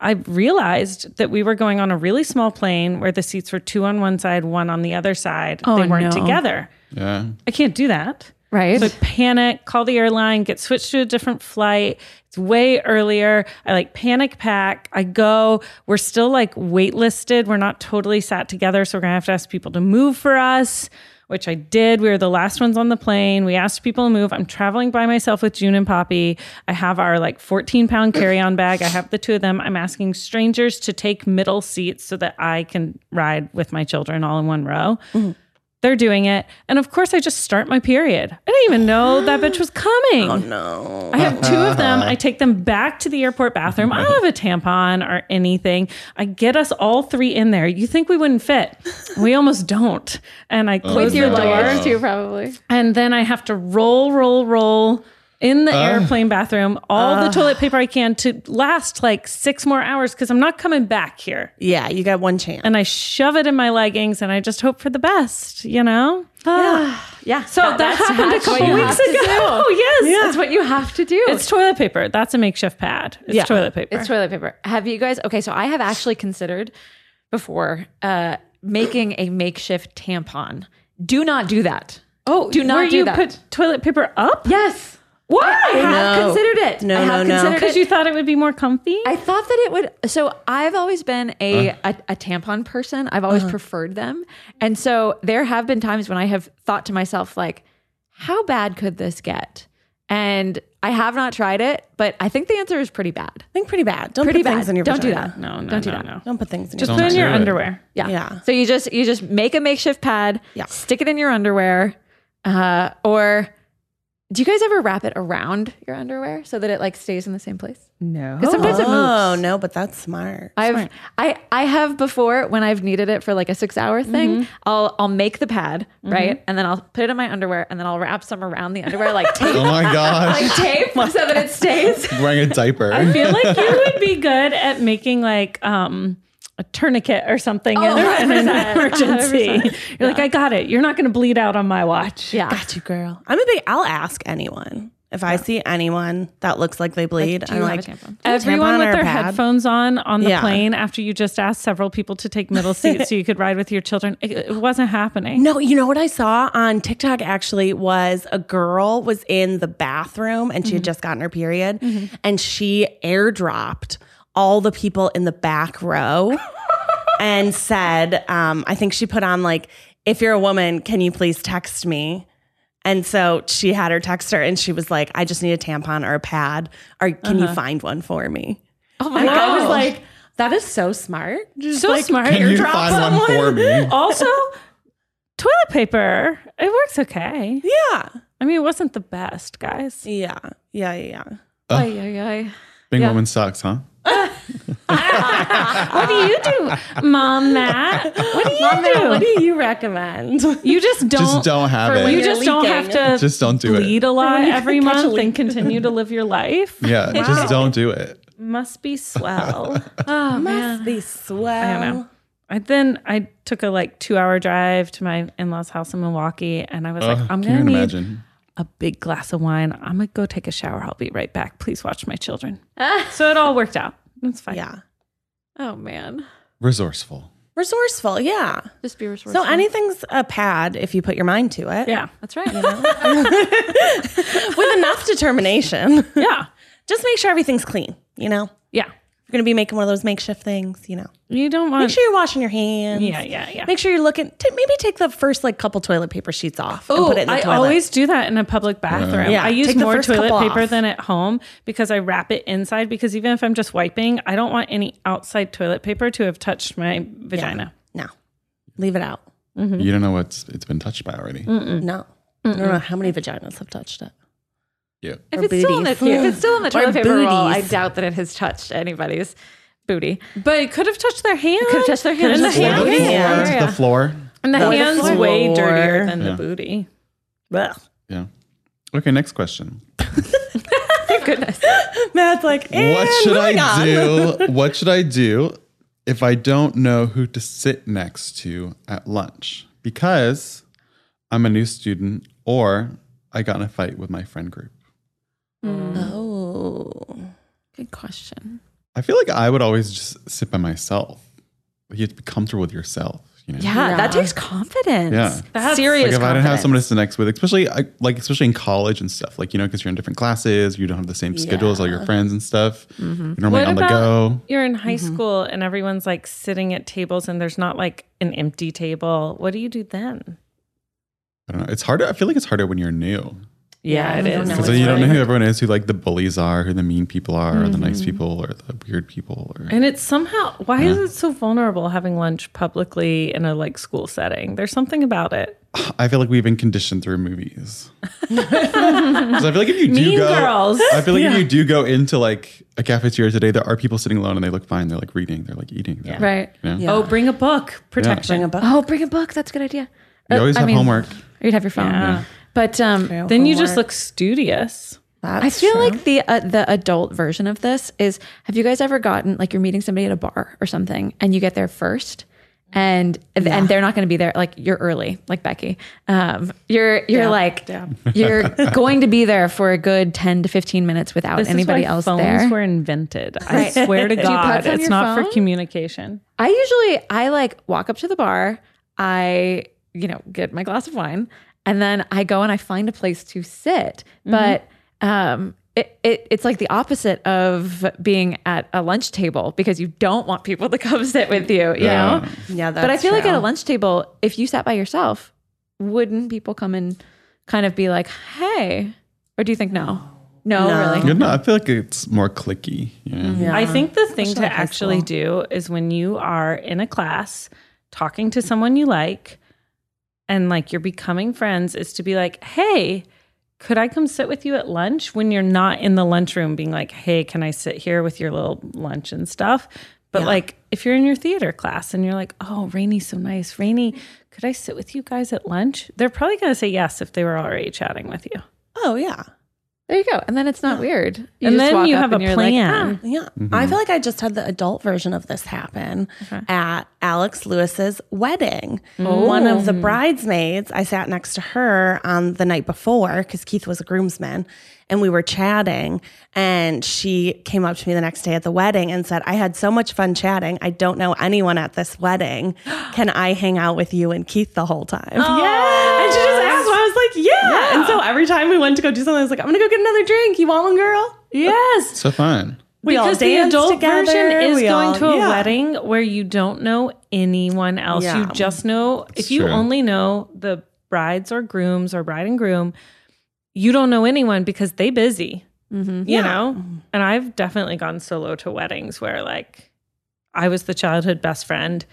S3: I realized that we were going on a really small plane where the seats were two on one side, one on the other side.
S2: Oh,
S3: they weren't
S2: no.
S3: together.
S4: Yeah.
S3: I can't do that.
S2: Right.
S3: So I panic, call the airline, get switched to a different flight. It's way earlier. I like panic pack. I go. We're still like waitlisted. We're not totally sat together. So we're going to have to ask people to move for us, which I did. We were the last ones on the plane. We asked people to move. I'm traveling by myself with June and Poppy. I have our like 14 pound carry on bag. I have the two of them. I'm asking strangers to take middle seats so that I can ride with my children all in one row they're doing it. And of course, I just start my period. I didn't even know that bitch was coming. Oh, no. I have two of them. I take them back to the airport bathroom. I don't have a tampon or anything. I get us all three in there. You think we wouldn't fit? We almost don't. And I close
S2: With your
S3: the door.
S2: luggage too, probably.
S3: And then I have to roll, roll, roll in
S2: Uh.
S3: the airplane bathroom all the toilet paper I can to last like six more hours because I'm not coming back here.
S5: Yeah, you got one chance.
S3: And I shove it in my leggings and I just hope for the best, you know?
S5: yeah.
S2: Yeah.
S3: So that, happened a
S2: that's what
S3: couple
S2: you
S3: weeks
S2: have to
S3: ago.
S2: do.
S3: Oh, yes.
S2: Yeah. That's what you have to do.
S3: It's toilet paper. That's a makeshift pad. It's
S2: Yeah.
S3: toilet paper.
S2: It's toilet paper. Have you guys? Okay, so I have actually considered before uh, making a makeshift tampon. Do not do that.
S3: Oh,
S2: do not
S3: where
S2: do
S3: you
S2: that.
S3: put toilet paper up?
S2: Yes.
S3: Why?
S2: I have No. considered it. No, I have no, no. considered
S3: Because
S2: it.
S3: you thought it would be more comfy.
S2: I thought that it would. So I've always been a
S3: Uh.
S2: a, a tampon person. I've always preferred them, and so there have been times when I have thought to myself like, "How bad could this get?" And I have not tried it, but I think the answer is pretty bad. I
S5: think pretty bad. Don't
S2: pretty
S5: put things
S2: bad.
S5: in your
S2: Don't
S5: vagina.
S2: do that.
S3: No, no,
S2: don't do
S3: no,
S2: that.
S3: no.
S5: Don't put things in
S3: Just
S5: your
S3: put it in
S5: vagina.
S3: your underwear.
S2: Yeah.
S5: Yeah.
S2: So you just you just make a makeshift pad, stick it in your underwear, uh, or do you guys ever wrap it around your underwear so that it like stays in the same place?
S5: No.
S2: 'Cause sometimes it
S5: Oh, no, but that's smart.
S2: I've I I have before when I've needed it for like a six hour thing.
S5: Mm-hmm.
S2: I'll I'll make the pad right,
S5: Mhm.
S2: and then I'll put it in my underwear, and then I'll wrap some around the underwear like tape.
S4: Oh my gosh.
S2: like tape so that it stays.
S4: Wearing a diaper.
S3: I feel like you would be good at making like um a tourniquet or something
S2: Oh,
S3: in, a- in an
S5: 100%.
S3: emergency. you are
S5: 100%.
S3: like, I got it. You're not going to bleed out on my watch.
S2: Yeah.
S5: Got you, girl. I'm a big. I'll ask anyone if I see anyone that looks like they bleed.
S2: do
S5: I'm
S2: you
S5: like,
S2: have a tampon?
S5: "Do you have a
S3: Everyone
S5: tampon or
S3: with
S5: a
S3: their
S5: pad?"
S3: headphones on on the
S5: Yeah.
S3: plane after you just asked several people to take middle seats so you could ride with your children. It, it wasn't happening.
S5: No, you know what I saw on TikTok actually was a girl was in the bathroom and she
S3: Mm-hmm.
S5: had just gotten her period and she airdropped all the people in the back row and said, um, I think she put on like, if you're a woman, can you please text me? And so she had her text her and she was like, I just need a tampon or a pad, or can you
S3: Uh-huh.
S5: find one for me?
S2: Oh my
S5: and I was
S3: gosh.
S5: like, that is so smart. Just
S3: so
S5: like,
S3: smart.
S4: Can you find one for me?
S3: also, toilet paper. It works okay.
S5: Yeah.
S3: I mean, it wasn't the best, guys.
S5: Yeah. Yeah. Yeah. yeah.
S4: Ugh.
S2: Ay, ay, ay.
S4: Being
S3: Yeah.
S4: woman sucks, huh?
S3: What do you do, Mom Matt? What do you do?
S5: What do you recommend?
S3: You just don't.
S4: Just don't have
S3: for
S4: it.
S3: when You
S4: You're
S3: just don't have
S4: leaking.
S3: to.
S4: Just don't do it.
S3: bleed a
S5: For
S3: lot
S5: when you
S3: every
S5: catch a
S3: month and
S5: leak.
S3: continue to live your life.
S4: Yeah, just don't do it.
S3: Must be swell.
S2: Oh
S5: Must
S2: man.
S5: be swell.
S3: I don't know. I then I took a like two hour drive to my in law's house in Milwaukee, and I was
S4: Ugh,
S3: like, I'm
S4: Uh, can you
S3: gonna need
S4: imagine?
S3: a big glass of wine. I'm gonna go take a shower. I'll be right back. Please watch my children. so it all worked out. It's fine.
S5: Yeah.
S2: Oh man.
S4: Resourceful.
S5: Resourceful, yeah.
S2: Just be resourceful.
S5: So anything's a pad if you put your mind to it.
S3: Yeah.
S2: That's right.
S5: With enough determination.
S3: Yeah.
S5: Just make sure everything's clean, you know? If
S3: Yeah.
S5: you're gonna be making one of those makeshift things, you know.
S3: You don't
S5: Make
S3: want.
S5: sure you're washing your hands.
S3: Yeah, yeah, yeah.
S5: Make sure you're looking t- maybe take the first like couple toilet paper sheets off and
S3: Oh,
S5: put it in the
S3: I
S5: toilet.
S3: always do that in a public bathroom.
S5: Yeah,
S3: I use
S5: take the
S3: more
S5: first couple
S3: toilet paper
S5: off.
S3: than at home because I wrap it inside. Because even if I'm just wiping, I don't want any outside toilet paper to have touched my vagina.
S5: no. Leave it out.
S3: Mm-hmm.
S4: You don't know what's it's been touched by already.
S3: Mm.
S5: No. I don't know how many vaginas have touched it.
S4: Yeah.
S2: If
S5: Or
S2: it's, still in the, if
S5: booties.
S2: it's still in the
S5: Or
S2: toilet paper roll, I
S5: booties.
S2: doubt that it has touched anybody's booty.
S3: But it could have touched their hand.
S2: could have touched their hand.
S3: And the
S4: Or the
S3: hand,
S4: floor.
S2: Yeah.
S4: The floor.
S3: and the
S5: Or the
S3: hand's
S5: floor.
S3: way dirtier than
S4: Yeah.
S3: the booty.
S5: Well,
S4: Yeah. Okay, next question.
S2: Thank goodness.
S5: Matt's like, and
S4: what should I
S5: moving on.
S4: do? What should I do if I don't know who to sit next to at lunch? Because I'm a new student or I got in a fight with my friend group.
S5: Oh.
S2: Good question.
S4: I feel like I would always just sit by myself. You have to be comfortable with yourself, you know?
S2: Yeah, that takes confidence.
S4: Yeah.
S3: That's-
S2: Serious
S4: Like if I
S2: confidence.
S4: didn't have someone to sit next with, especially I- like especially in college and stuff, like you know, because you're in different classes, you don't have the same schedule as all your friends and stuff. You're normally
S3: Mm-hmm. What
S4: on
S3: about-
S4: the go.
S3: You're in high school and everyone's like sitting at tables and there's not like an empty table. What do you do then?
S4: I don't know. It's harder. I feel like it's harder when you're
S3: Oh,
S4: new.
S3: Yeah, it is.
S4: Because you don't know who everyone is, who like the bullies are, who the mean people are, or the nice people, or the weird people, or
S3: Mm-hmm. And it's somehow why is it so vulnerable having lunch publicly in a like school setting? There's something about it.
S4: I feel like we've been conditioned through movies. 'Cause I feel like if you do
S3: Mean
S4: go,
S3: Girls.
S4: I feel like if you do go into like a cafeteria today, there are people sitting alone and they look fine. They're like reading, they're like eating, they're,
S2: Right.
S4: you know?
S3: Oh, bring a book. Protection.
S5: Bring a book.
S2: Oh, bring a book. That's a good idea.
S4: You
S2: Uh,
S4: always
S2: I
S4: have
S2: mean,
S4: homework.
S2: You'd have your phone.
S3: Yeah.
S2: But um,
S3: Then you just look studious.
S2: I feel like the uh, the adult version of this is have you guys ever gotten like you're meeting somebody at a bar or something and you get there first and and they're not going to be there. Like you're early, like Becky. Um, you're you're
S3: Yeah.
S2: like you're going to be there for a good ten to fifteen minutes without
S3: This is
S2: anybody
S3: why
S2: else
S3: phones
S2: there.
S3: were invented. I
S2: Right.
S3: swear to
S2: Do you putz
S3: God,
S2: on
S3: it's
S2: your
S3: not for
S2: phone?
S3: communication.
S2: I usually I like walk up to the bar, I you know, get my glass of wine, and then I go and I find a place to sit. But um it, it, it's like the opposite of being at a lunch table because you don't want people to come sit with you, you
S5: Yeah.
S2: know?
S5: Yeah,
S2: But I
S5: that's
S2: feel like at a
S5: true.
S2: lunch table, if you sat by yourself, wouldn't people come and kind of be like, hey? Or do you think no? No, really?
S4: You know, I feel like it's more clicky. Yeah.
S3: I
S5: Um,
S3: think the thing
S2: Especially
S3: to
S2: like high
S3: actually do is when you are in a class talking to someone you like and like you're becoming friends is to be like, "Hey, could I come sit with you at lunch when you're not in the lunchroom being like, "Hey, can I sit here with your little lunch and stuff?" But like if you're in your theater class and you're like, "Oh, Rainey's so nice. Rainey, could I sit with you guys at lunch?" They're probably going to say yes if they were already chatting with you.
S5: Oh yeah.
S2: There you go. And then it's not weird. You just
S3: And then
S2: walk
S3: you
S2: up
S3: have a
S2: and you're like,
S3: plan.
S2: "Ah."
S5: Yeah. Mm-hmm. I feel like I just had the adult version of this happen at Alex Lewis's wedding.
S2: Oh.
S5: One of the bridesmaids, I sat next to her on the night before because Keith was a groomsman and we were chatting. And she came up to me the next day at the wedding and said, I had so much fun chatting. I don't know anyone at this wedding. Can I hang out with you and Keith the whole time?
S3: Yeah.
S5: And she just asked, and I was like, yeah. And so every time we went to go do something, I was like, I'm going to go get another drink. You want one, girl?
S3: Yes.
S4: So fun.
S5: We all
S3: because the
S5: danced
S3: adult
S5: together,
S3: version is
S5: we
S3: going
S5: all-
S3: to a
S5: yeah.
S3: wedding where you don't know anyone else. You
S5: Yeah.
S3: just know if you
S4: true.
S3: only know the brides or grooms or bride and groom, you don't know anyone because they busy.
S5: Mm-hmm.
S3: You know? And I've definitely gone solo to weddings where like I was the childhood best friend.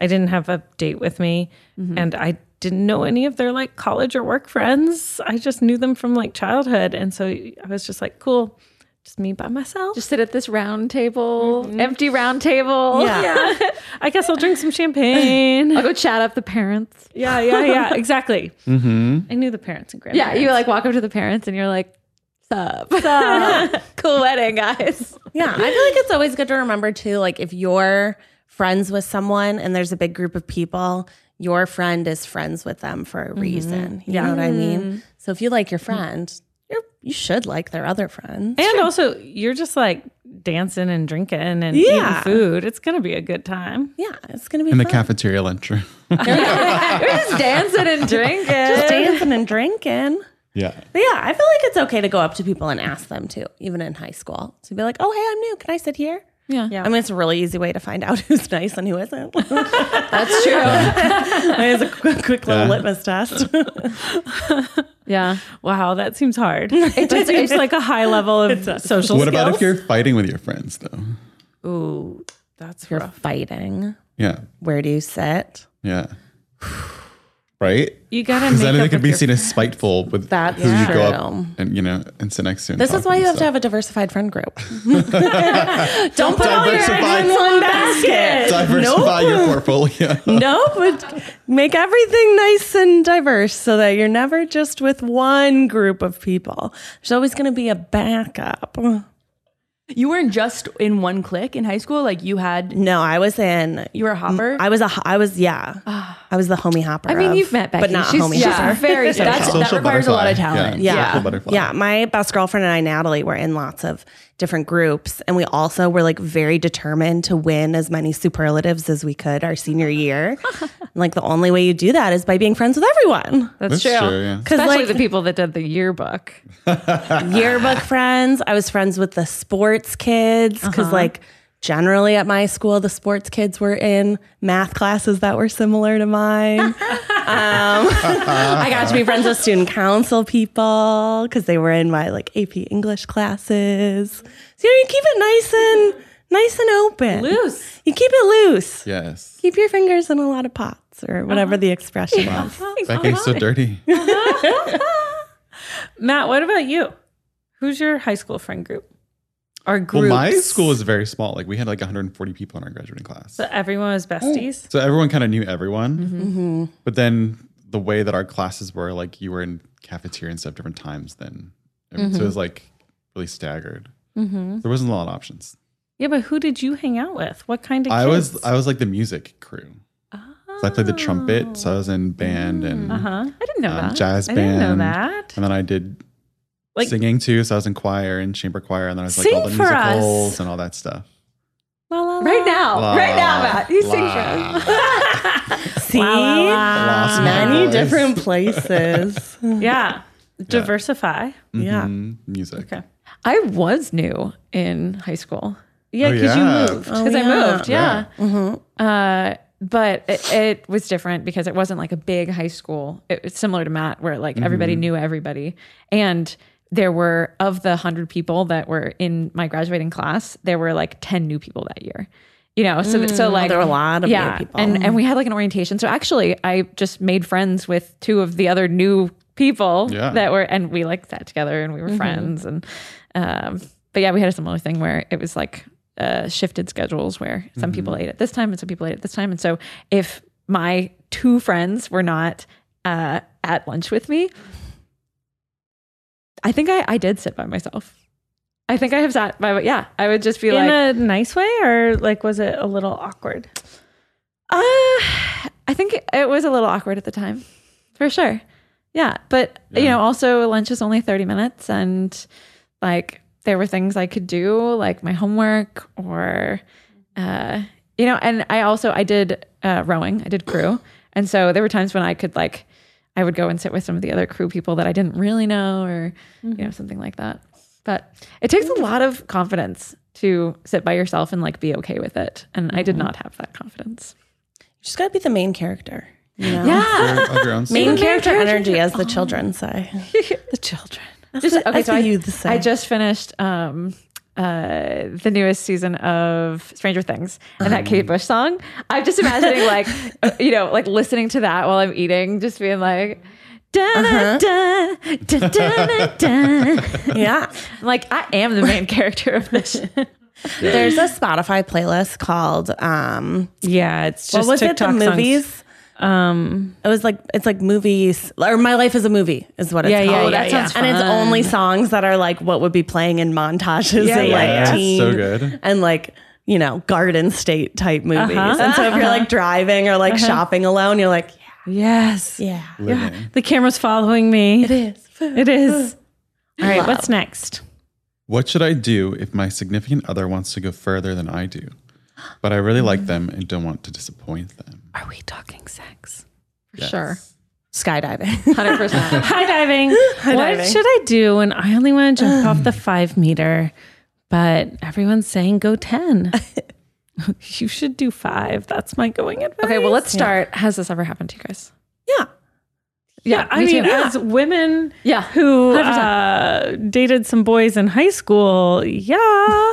S3: I didn't have a date with me
S5: Mm-hmm.
S3: and I didn't know any of their like college or work friends. I just knew them from like childhood. And so I was just like, cool, just me by myself.
S2: Just sit at this round table, empty round table.
S5: Yeah.
S3: I guess I'll drink some champagne.
S2: I'll go chat up the parents.
S3: yeah, yeah, yeah. Exactly.
S4: Mm-hmm.
S3: I knew the parents and
S2: Yeah,
S3: grandparents.
S2: you like walk up to the parents and you're like, sup. Sup. cool wedding, guys.
S5: Yeah, I feel like it's always good to remember too. Like if you're friends with someone and there's a big group of people, your friend is friends with them for
S3: Mm-hmm.
S5: a reason. You know what I mean? So if you like your friend, you're you should like their other friends.
S3: and also you're just like dancing and drinking and
S5: Yeah.
S3: eating food. It's gonna be a good time.
S5: yeah, it's gonna be
S4: In the
S5: fun.
S4: cafeteria lunchroom.
S2: We're just dancing and drinking.
S5: just dancing and drinking.
S4: yeah.
S5: But yeah, I feel like it's okay to go up to people and ask them too, even in high school, to be like, "Oh, hey, I'm new. Can I sit here?"
S2: Yeah.
S5: I mean, it's a really easy way to find out who's nice and who isn't.
S2: That's true.
S5: it's a quick, quick little
S4: Yeah.
S5: litmus test.
S2: yeah.
S3: Wow, that seems hard. It
S2: does-
S3: seems like a high level of social
S4: What
S3: skills.
S4: about if you're fighting with your friends though?
S3: Ooh, that's
S5: You're
S3: rough.
S5: fighting.
S4: Yeah.
S5: Where do you sit?
S4: yeah. Right?
S3: You gotta
S4: Because
S3: make
S4: then
S3: up
S4: it could
S3: with
S4: be
S3: your
S4: seen as spiteful with
S5: That's
S4: who you go
S5: true.
S4: up and you know and sit next to. and
S5: This is
S4: talk
S5: why
S4: and
S5: you have to
S4: stuff.
S5: have a diversified friend group. Don't put all your eggs in
S4: Diversify-
S5: one basket.
S4: diversify your
S5: Nope.
S4: portfolio.
S5: Nope. But Make everything nice and diverse so that you're never just with one group of people. There's always going to be a backup.
S8: You weren't just in one clique in high school. Like you had,
S5: No, I was in.
S8: you were a hopper.
S5: I was a. ho- I was yeah. I was the homie hopper.
S2: Ah. I mean,
S5: of-
S2: you've met Becky.
S5: but not
S2: she's,
S5: homie
S2: she's
S5: hopper.
S2: very social.
S8: That's- that requires a lot of talent.
S4: Yeah,
S5: Yeah.
S4: social butterfly.
S5: Yeah. My best girlfriend and I, Natalie, were in lots of different groups. And we also were like very determined to win as many superlatives as we could our senior year. and, like the only way you do that is by being friends with everyone.
S4: That's true. yeah.
S5: Because
S2: Especially
S5: like
S2: the people that did the yearbook.
S5: yearbook friends, I was friends with the sports kids. Because like generally at my school, the sports kids were in math classes that were similar to mine. Um, I got to be friends with student council people because they were in my like AP English classes. So you, know, you keep it nice and nice and open,
S3: Loose.
S5: You keep it loose.
S4: Yes.
S5: Keep your fingers in a lot of pots or whatever the expression is.
S4: Becky's so dirty.
S3: Matt, what about you? Who's your high school friend group? Or
S4: Well,
S3: groups?
S4: my school was very small. Like we had like 140 people in our graduating class.
S3: So everyone was besties.
S4: So everyone kind of knew everyone. But then the way that our classes were, like you were in cafeteria and stuff different times then. and So it was like really staggered. There wasn't a lot of options.
S3: Yeah, but who did you hang out with? What kind of
S4: I
S3: kids?
S4: was I was like the music crew. So I played the trumpet. So I was in band and
S3: Uh huh. I didn't know
S4: um,
S3: that.
S4: jazz
S3: I
S4: band.
S3: didn't know that.
S4: And then I did
S3: Like-
S4: singing too. So I was in choir and chamber choir. And then I was like all the
S3: Sing for us.
S4: musicals and all that stuff.
S2: Right now.
S4: La,
S2: right now, Matt. You sing for us.
S4: la.
S5: See,
S4: Lost my
S5: many
S4: voice.
S5: different places.
S3: yeah. Diversify.
S4: Yeah. Music.
S3: Okay.
S2: I was new in high school.
S3: Yeah,
S4: Oh, yeah.
S3: because you moved.
S4: Oh,
S3: Because I
S2: yeah.
S3: moved. Yeah.
S5: Mm-hmm.
S2: Uh, but it, it was different because it wasn't like a big high school. It was similar to Matt, where like everybody
S3: Mhm.
S5: Mm-hmm.
S2: knew everybody. And there were, of the 100 people that were in my graduating class, there were like 10 new people that year. You know, so
S5: Mm.
S2: so
S5: Oh,
S2: like
S5: there were a lot of new
S2: yeah,
S5: people.
S2: and
S3: Mm.
S2: and we had like an orientation. So actually, I just made friends with two of the other new people
S3: Yeah.
S2: that were, and we like sat together and we were
S3: Mhm.
S2: friends. And um, but yeah, we had a similar thing where it was like uh, shifted schedules where
S3: Mm-hmm.
S2: some people ate at this time and some people ate at this time. And so if my two friends were not uh, at lunch with me, I think I, I did sit by myself. I think I have sat by, yeah, I would just be
S3: In
S2: like,
S3: a nice way, or like, was it a little awkward?
S2: Uh, I think it was a little awkward at the time, for sure. Yeah, but you know, also lunch was only thirty minutes, and like there were things I could do, like my homework or, uh, you know, and I also I did uh, rowing, I did crew, and so there were times when I could like, I would go and sit with some of the other crew people that I didn't really know, or you know, something like that. But it takes a lot of confidence to sit by yourself and like be okay with it, and I did
S5: Mhm.
S2: not have that confidence.
S5: You just gotta be the main character. You know?
S2: Yeah.
S4: Of your own
S2: Main
S5: Main
S4: story.
S5: character
S2: character.
S5: energy, as the children say. the children.
S2: Just-
S5: That's
S2: okay, so
S5: what
S2: I,
S5: youths say.
S2: I just finished um, uh, the newest season of Stranger Things and that Kate Bush song. I'm just imagining, like, uh, you know, like listening to that while I'm eating, just being like, da da da da da da.
S5: Yeah.
S2: I'm like, I am the main character of this.
S5: There's a Spotify playlist called um
S3: Yeah, it's
S5: what
S3: just
S5: was
S3: TikTok
S5: it? The
S3: songs.
S5: movies.
S3: Um,
S5: it was like it's like movies or My Life is a Movie is what it's
S3: Yeah, yeah,
S5: called.
S3: yeah, Oh, that yeah. sounds
S5: And it's
S3: fun.
S5: only songs that are like what would be playing in montages
S3: Yeah,
S5: and
S3: yeah,
S5: like
S3: yeah. That's so
S5: teen
S4: good.
S5: and like you know garden state type movies.
S3: Uh-huh.
S5: And so if you're
S3: Uh-huh.
S5: like driving or like
S3: Uh-huh.
S5: shopping alone, you're like
S3: Yes.
S5: Yeah.
S3: Yeah. The camera's following me. It
S5: is.
S3: It is. All right. What's next?
S4: What should I do if my significant other wants to go further than I do? But I really like them and don't want to disappoint them.
S5: Are we talking sex?
S4: For Yes.
S2: sure.
S5: Skydiving.
S2: Hundred percent.
S3: High diving.
S5: High
S3: what
S5: diving.
S3: should I do when I only want to jump off the five meter, but everyone's saying go 10? you should do five. That's my going advice.
S2: Okay, well, let's start. Has this ever happened to you guys?
S5: Yeah.
S3: Yeah, I
S2: me
S3: mean,
S2: too.
S3: as women
S2: Yeah.
S3: who
S2: 100%.
S3: uh, dated some boys in high school, yeah.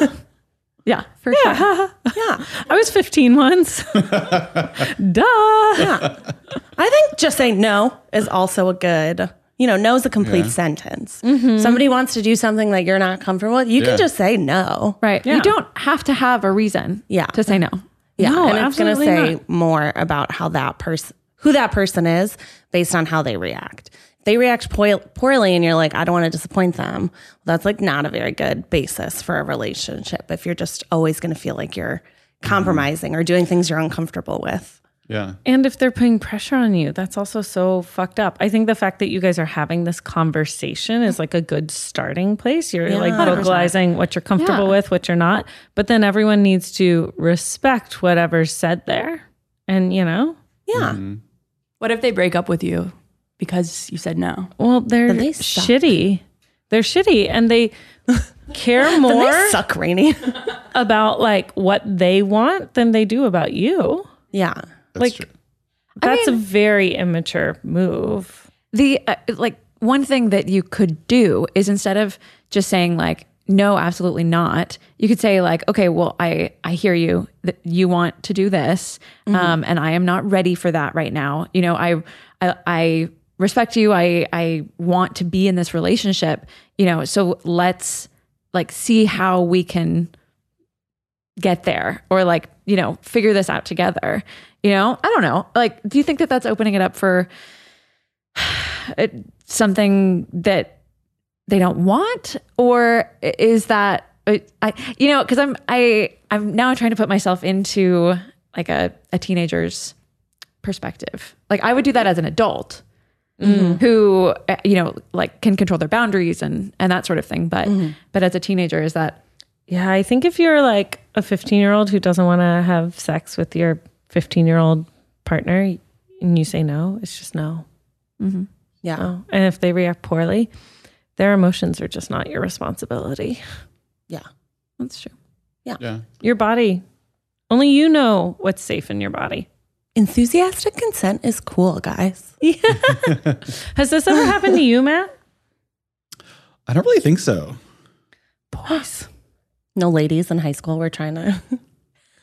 S2: yeah, for sure.
S3: yeah.
S5: Yeah.
S3: I was 15 once. Duh.
S5: Yeah. I think just saying no is also a good, you know, no is a complete
S4: Yeah.
S5: sentence.
S3: Mm-hmm.
S5: Somebody wants to do something that you're not comfortable with, you
S4: Yeah.
S5: can just say no.
S2: Right.
S3: Yeah.
S2: You don't have to have a reason
S5: Yeah.
S2: to say no.
S5: Yeah.
S3: No,
S5: and it's going to
S3: absolutely
S5: say
S3: not.
S5: more about how that person, who that person is based on how they react. If they react poi- poorly and you're like, I don't want to disappoint them, well, that's like not a very good basis for a relationship if you're just always going to feel like you're
S4: Mm-hmm.
S5: compromising or doing things you're uncomfortable with.
S4: Yeah.
S3: And if they're putting pressure on you, that's also so fucked up. I think the fact that you guys are having this conversation is like a good starting place. You're like vocalizing what you're comfortable
S2: Yeah.
S3: with, what you're not. But then everyone needs to respect whatever's said there. And, you know,
S5: Yeah.
S4: Mm-hmm.
S8: What if they break up with you because you said no?
S3: well, they're
S5: Then they suck.
S3: shitty. They're shitty and they care
S5: Then
S3: more
S5: they suck, Rainy.
S3: about like what they want than they do about you.
S5: yeah.
S4: That's
S3: Like-
S4: true.
S3: That's a very immature move.
S2: the uh, like one thing that you could do is instead of just saying like no absolutely not you could say like okay well i i hear you that you want to do this um and i am not ready for that right now you know i i, I respect you i i want to be in this relationship you know so let's like see how we can get there or like you know figure this out together you know i don't know like do you think that that's opening it up for it, uh, something that they don't want or is that uh, i you know because i'm i i'm now trying to put myself into like a, a teenager's perspective. Like I would do that as an adult who uh, you know like can control their boundaries and and that sort of thing. But but as a teenager, is that
S3: Yeah, I think if you're like a 15 year old who doesn't want to have sex with your 15 year old partner and you say no, it's just no.
S2: Mm-hmm.
S5: Yeah.
S3: No. And if they react poorly, their emotions are just not your responsibility.
S5: Yeah.
S2: That's true.
S4: Yeah.
S3: Your body, only you know what's safe in your body.
S5: Enthusiastic consent is cool, guys.
S3: Has this ever happened to you, Matt?
S4: I don't really think so.
S3: Boys.
S5: No ladies in high school were trying to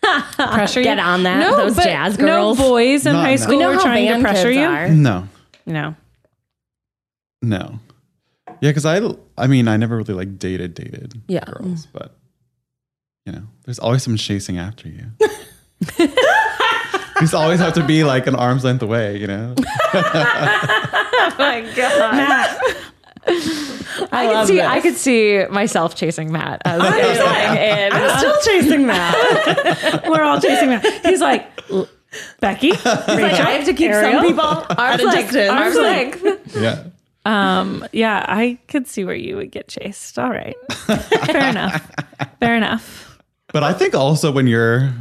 S5: pressure
S3: you?
S5: Get on that.
S3: No,
S5: those
S3: but
S5: jazz
S3: no
S5: girls.
S3: boys in Not high now. school
S5: We know
S3: were
S5: how
S3: trying to
S5: band
S3: pressure
S5: kids
S3: you?
S5: are.
S4: No,
S3: No.
S4: no. Yeah, because I, I mean, I never really like dated, dated
S5: Yeah.
S4: girls, but you know, there's always some chasing after you. you just always have to be like an arm's length away, you know?
S2: Oh my god. I, could
S5: love
S2: see
S5: this.
S2: I could see myself chasing Matt as
S3: I'm
S2: I'm
S3: still chasing that. We're all chasing that. He's like, "L- Becky, Rachel,
S5: I have to keep
S3: Ariel."
S5: some people at
S2: Arms
S5: a
S2: length,
S5: distance.
S2: arms length.
S4: Yeah.
S3: Um, yeah, I could see where you would get chased. All right. Fair enough. Fair enough.
S4: But I think also when you're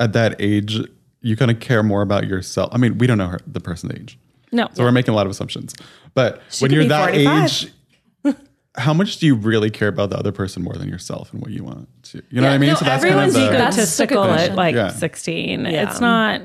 S4: at that age, you kind of care more about yourself. I mean, we don't know her, the person's age,
S3: No.
S4: so we're making a lot of assumptions. But when
S5: could
S4: you're
S5: be
S4: that
S5: 45.
S4: age, how much do you really care about the other person more than yourself and what you want to? You know what I mean?
S3: No, everyone's
S4: the-
S2: That's a
S3: egotistical
S2: good
S3: at
S2: question.
S3: like
S4: uh, Yeah.
S3: 16.
S5: Yeah.
S3: It's not,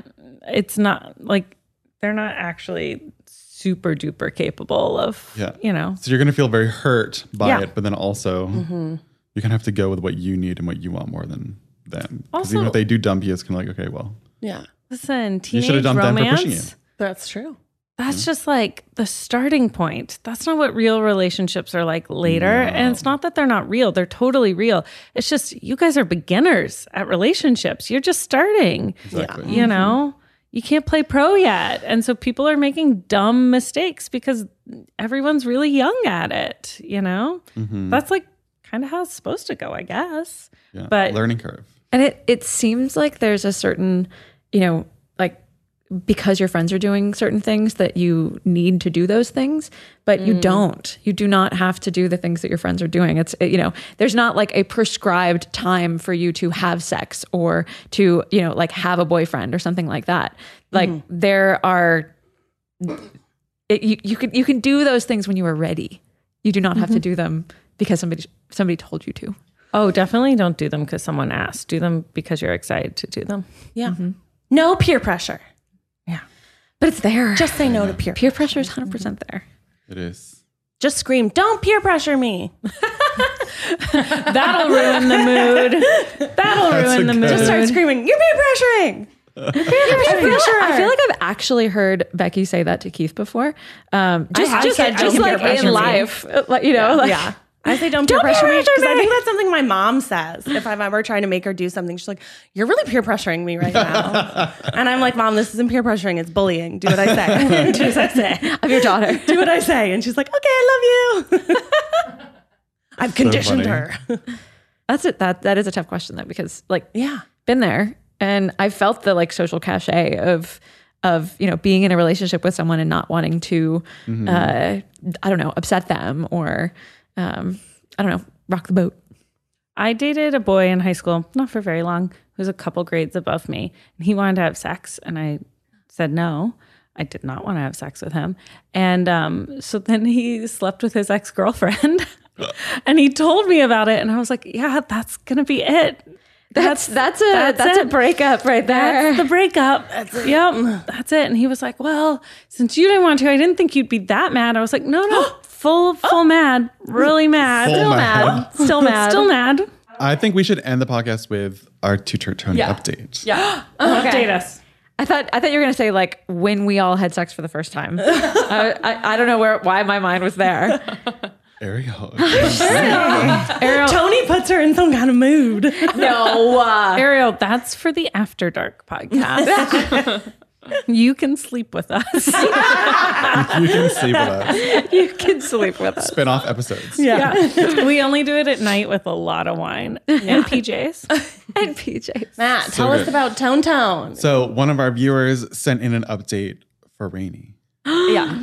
S3: it's not like they're not actually super duper capable of,
S4: Yeah.
S3: you know,
S4: So you're going to feel very hurt by
S3: Yeah. Mm-hmm.
S4: it, but then also you're going to have to go with what you need and what you want more than them. Because even
S3: Also-
S4: if they do dump you, it's kind of like, okay, well,
S5: Yeah.
S3: listen,
S4: you
S3: teenage
S4: should have dumped them for
S3: romance.
S4: pushing you.
S5: That's true.
S3: That's
S4: Hmm?
S3: just like the starting point. That's not what real relationships are like later. And it's not that they're not real, they're totally real. It's just you guys are beginners at relationships. You're just starting.
S4: Exactly. Mm-hmm.
S3: You know, you can't play pro yet. And so people are making dumb mistakes because everyone's really young at it. You know, that's like kind of how it's supposed to go, I guess.
S4: Mm-hmm. Yeah.
S3: But-
S4: learning curve.
S2: And it it seems like there's a certain, you know, like because your friends are doing certain things that you need to do those things, but you don't. You do not have to do the things that your friends are doing. It's you know, there's not like a prescribed time for you to have sex or to, you know, like have a boyfriend or something like that. Like there are it, you you can you can do those things when you are ready. You do not have to do them because somebody somebody told you to.
S3: Oh, definitely don't do them because someone asked. Do them because you're excited to do them.
S5: Yeah. No peer pressure.
S2: But it's there.
S5: Just say no to peer.
S2: peer pressure is 100% there.
S4: It is.
S5: Just scream, "Don't peer pressure me."
S3: That'll ruin the mood. That'll ruin the mood.
S5: Just start screaming, "You're peer pressuring."
S2: I feel, I feel like I've actually heard Becky say that to Keith before. Um, just
S5: have
S2: just,
S5: said,
S2: just
S5: "Don't peer
S2: like
S5: pressure
S2: in
S5: me."
S2: life, uh, like, you know, like,
S5: Yeah. I say Oh, don't peer
S2: Don't peer
S5: pressure me
S2: pressure
S5: because I
S2: me.
S5: think that's something my mom says. If I'm ever trying to make her do something, she's like, "You're really peer pressuring me right now," and I'm like, "Mom, this isn't peer pressuring; it's bullying. Do what I say. do what I say.
S2: of your daughter.
S5: Do what I say." And she's like, "Okay, I love you." I've conditioned
S4: funny.
S5: her.
S2: That's it. That that is a tough question though, because like
S5: Yeah.
S2: been there and I felt the like social cachet of of you know being in a relationship with someone and not wanting to uh, I don't know upset them or um, I don't know rock the boat.
S3: I dated a boy in high school, not for very long, who was a couple grades above me, and he wanted to have sex, and I said no. I did not want to have sex with him, and um, so then he slept with his ex girlfriend, and he told me about it, and I was like, "Yeah, that's gonna be it.
S2: That's that's, a that's,
S3: that's
S2: a
S3: it.
S2: breakup right there.
S3: That's the breakup. That's it. Yep, that's it." And he was like, "Well, since you didn't want to, I didn't think you'd be that mad." I was like, "No, no, full, full mad, really mad,
S4: Full mad.
S3: still mad, still mad."
S4: I think we should end the podcast with our tutor tone update. Yeah.
S3: Update us.
S2: I thought I thought you were gonna say like when we all had sex for the first time. I, I, I don't know where why my mind was there.
S4: Ariel.
S5: Tony puts her in some kind of mood.
S2: No,
S3: Ariel, that's for the After Dark podcast. You can sleep with us.
S4: You can sleep with us.
S3: You can sleep with us.
S4: Spin off episodes.
S3: Yeah. we only do it at night with a lot of wine and PJs.
S2: and PJs.
S5: Matt,
S4: So
S5: tell us
S4: good.
S5: about Tone Tone.
S4: So one of our viewers sent in an update for Rainy.
S2: yeah.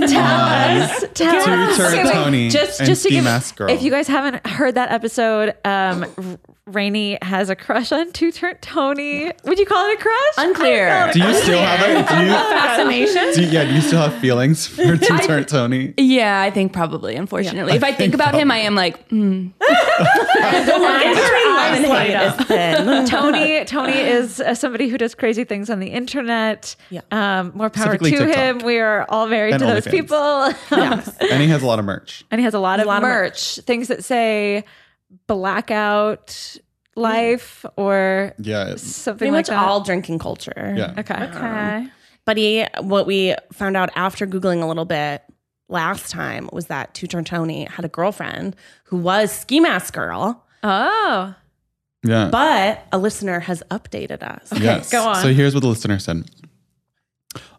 S5: Tell
S2: us. Tell
S4: to
S2: us.
S4: return Tony
S2: just,
S4: and
S2: just to
S4: ski
S2: give,
S4: mask girl.
S2: If you guys haven't heard that episode, um, R- Rainey has a crush on Two Turn Tony. Would you call it a crush?
S8: Unclear.
S2: I don't
S4: Do
S2: know.
S4: you still have a do you,
S3: Fascination.
S4: do you- yeah, do you still have feelings for Two Turn Tony?
S8: Yeah, I think probably, unfortunately. if I think, about him, I am like, mm.
S2: Tony Tony is uh, somebody who does crazy things on the internet. Yeah. Um, more power to
S4: Specifically
S2: him.
S4: TikTok.
S2: We are all married
S4: And
S2: to those
S4: OnlyFans.
S2: people.
S4: And he has a lot of merch.
S2: and he has a lot of
S5: lot of
S2: merch, things that say blackout life or
S4: Yeah. it's-
S2: something
S5: Pretty
S2: like
S5: much
S2: that.
S5: all drinking culture.
S4: Yeah.
S2: okay.
S3: Okay.
S5: But he, what we found out after Googling a little bit last time was that Two Turn Tony had a girlfriend who was Ski Mask Girl,
S2: Oh.
S4: Yeah.
S5: but a listener has updated us.
S4: yes.
S2: go on.
S4: So here's what the listener said.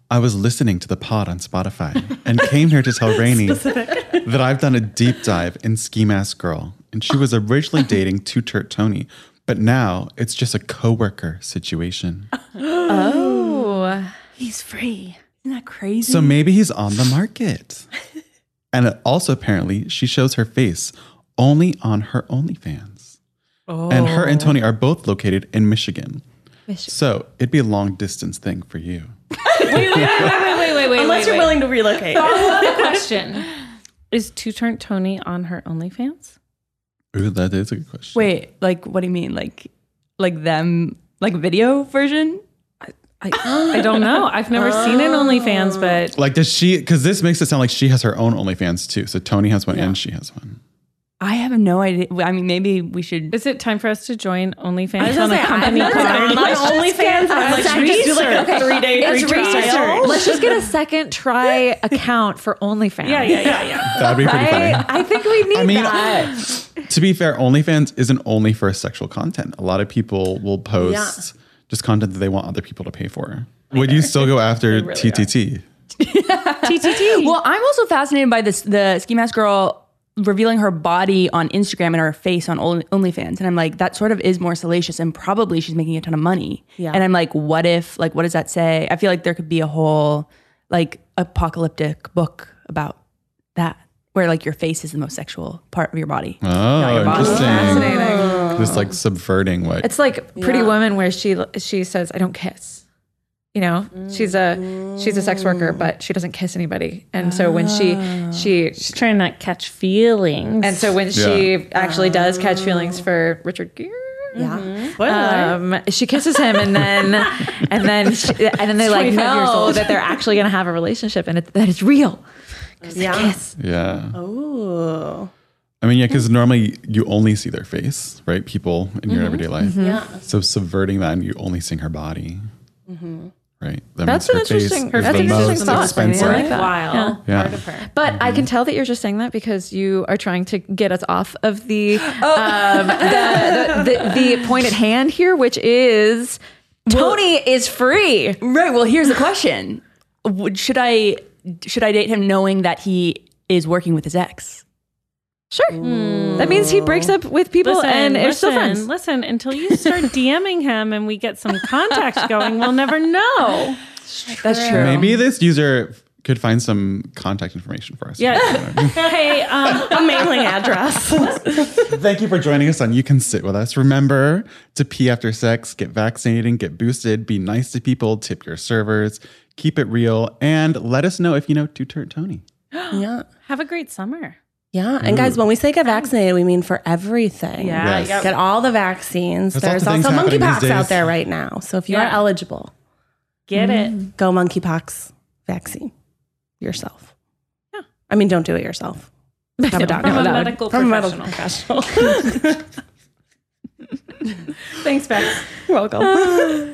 S4: I was listening to the pod on Spotify and came here to tell Rainey that I've done a deep dive in Ski Mask Girl, and she was originally dating Two Turt Tony, but now it's just a coworker situation.
S2: Oh.
S8: he's free. Isn't that crazy?
S4: So maybe he's on the market. and also, apparently, she shows her face only on her OnlyFans. And her and Tony are both located in Michigan. So it'd be a long distance thing for you.
S3: Wait, wait, wait, wait.
S5: Unless
S3: wait,
S5: you're
S3: wait.
S5: willing to relocate.
S3: Follow-up question. Is Two Turn Tony on her OnlyFans?
S4: Ooh, that is a good question.
S8: Wait, like, what do you mean? Like, like them, like video version?
S3: I, I don't know. I've never seen an OnlyFans, but
S4: Like, does she, because this makes it sound like she has her own OnlyFans too. So Tony has one and she has one.
S8: I have no idea. I mean, maybe we should.
S3: is it time for us to join
S5: I
S3: OnlyFans
S5: was
S3: on
S5: gonna
S3: a
S5: say,
S3: company
S5: I'm not
S3: card?
S5: on my OnlyFans. I'm like, should we just do like a three day free
S2: Let's
S5: trial?
S2: research. Let's just get a second try account for OnlyFans.
S3: Yeah, yeah, yeah, yeah.
S4: That'd be pretty funny.
S2: I, I think we need
S4: I mean,
S2: that.
S4: to be fair, OnlyFans isn't only for sexual content. A lot of people will post just content that they want other people to pay for. Would you still go after TTT?
S3: TTT.
S8: Well, I'm also fascinated by this the ski mask girl revealing her body on Instagram and her face on Only- OnlyFans, and I'm like, that sort of is more salacious, and probably she's making a ton of money.
S5: Yeah.
S8: And I'm like, what if? Like, what does that say? I feel like there could be a whole like apocalyptic book about that, where like your face is the most sexual part of your body.
S4: Oh,
S8: your boss.
S4: interesting. Just like subverting what.
S2: It's like Pretty Woman, where she she says, "I don't kiss." You know, she's a she's a sex worker, but she doesn't kiss anybody. And so when she she
S3: She's trying to catch feelings.
S2: and so when she actually does catch feelings for Richard Gere,
S5: Yeah.
S2: um, she kisses him, and then and then she, and then they like
S3: 25 years
S2: know
S3: old.
S2: that they're actually gonna have a relationship and it, that it's real. 'Cause they kiss.
S4: yeah.
S5: Ooh.
S4: I mean, yeah, because normally you only see their face, right? People in your everyday life.
S5: Yeah.
S4: So subverting that and you only seeing her body. Right. That
S2: That's
S4: means
S2: an interesting-
S4: is
S2: that's
S4: the
S2: an interesting
S4: most
S2: thought.
S4: expensive.
S2: I like that.
S3: Wow.
S4: Yeah.
S3: Part of her.
S2: But I can tell that you're just saying that because you are trying to get us off of the um, the, the, the, the point at hand here, which is Tony is free.
S8: Right. Well, here's the question: Would- Should I should I date him knowing that he is working with his ex?
S2: Sure, that means he breaks up with people
S3: Listen,
S2: and
S3: listen,
S2: is still friends.
S3: listen, until you start DMing him and we get some contact going, we'll never know.
S8: That's true.
S4: Maybe this user f- could find some contact information for us.
S3: Yeah. Hey, um,
S5: A mailing address.
S4: Thank you for joining us on You Can Sit With Us. Remember to pee after sex, get vaccinated, get boosted, be nice to people, tip your servers, keep it real, and let us know if you know Two Turd Tony.
S5: yeah.
S3: have a great summer.
S5: Yeah. And guys, when we say get vaccinated, we mean for everything.
S3: Yeah.
S4: Yes.
S3: yeah.
S5: Get all the vaccines.
S4: There's
S5: There's
S4: lots of
S5: also
S4: things happening
S5: monkeypox
S4: these days.
S5: out there right now. So if you are
S3: Yeah.
S5: eligible,
S3: Get it.
S5: go monkeypox vaccine yourself. I mean, don't do it yourself. Have a doctor.
S3: From a
S5: That would-
S3: medical
S5: from a medical
S3: professional.
S5: professional.
S3: Thanks, Bex.
S5: You're welcome.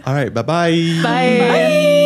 S4: All right. Bye-bye.
S2: Bye.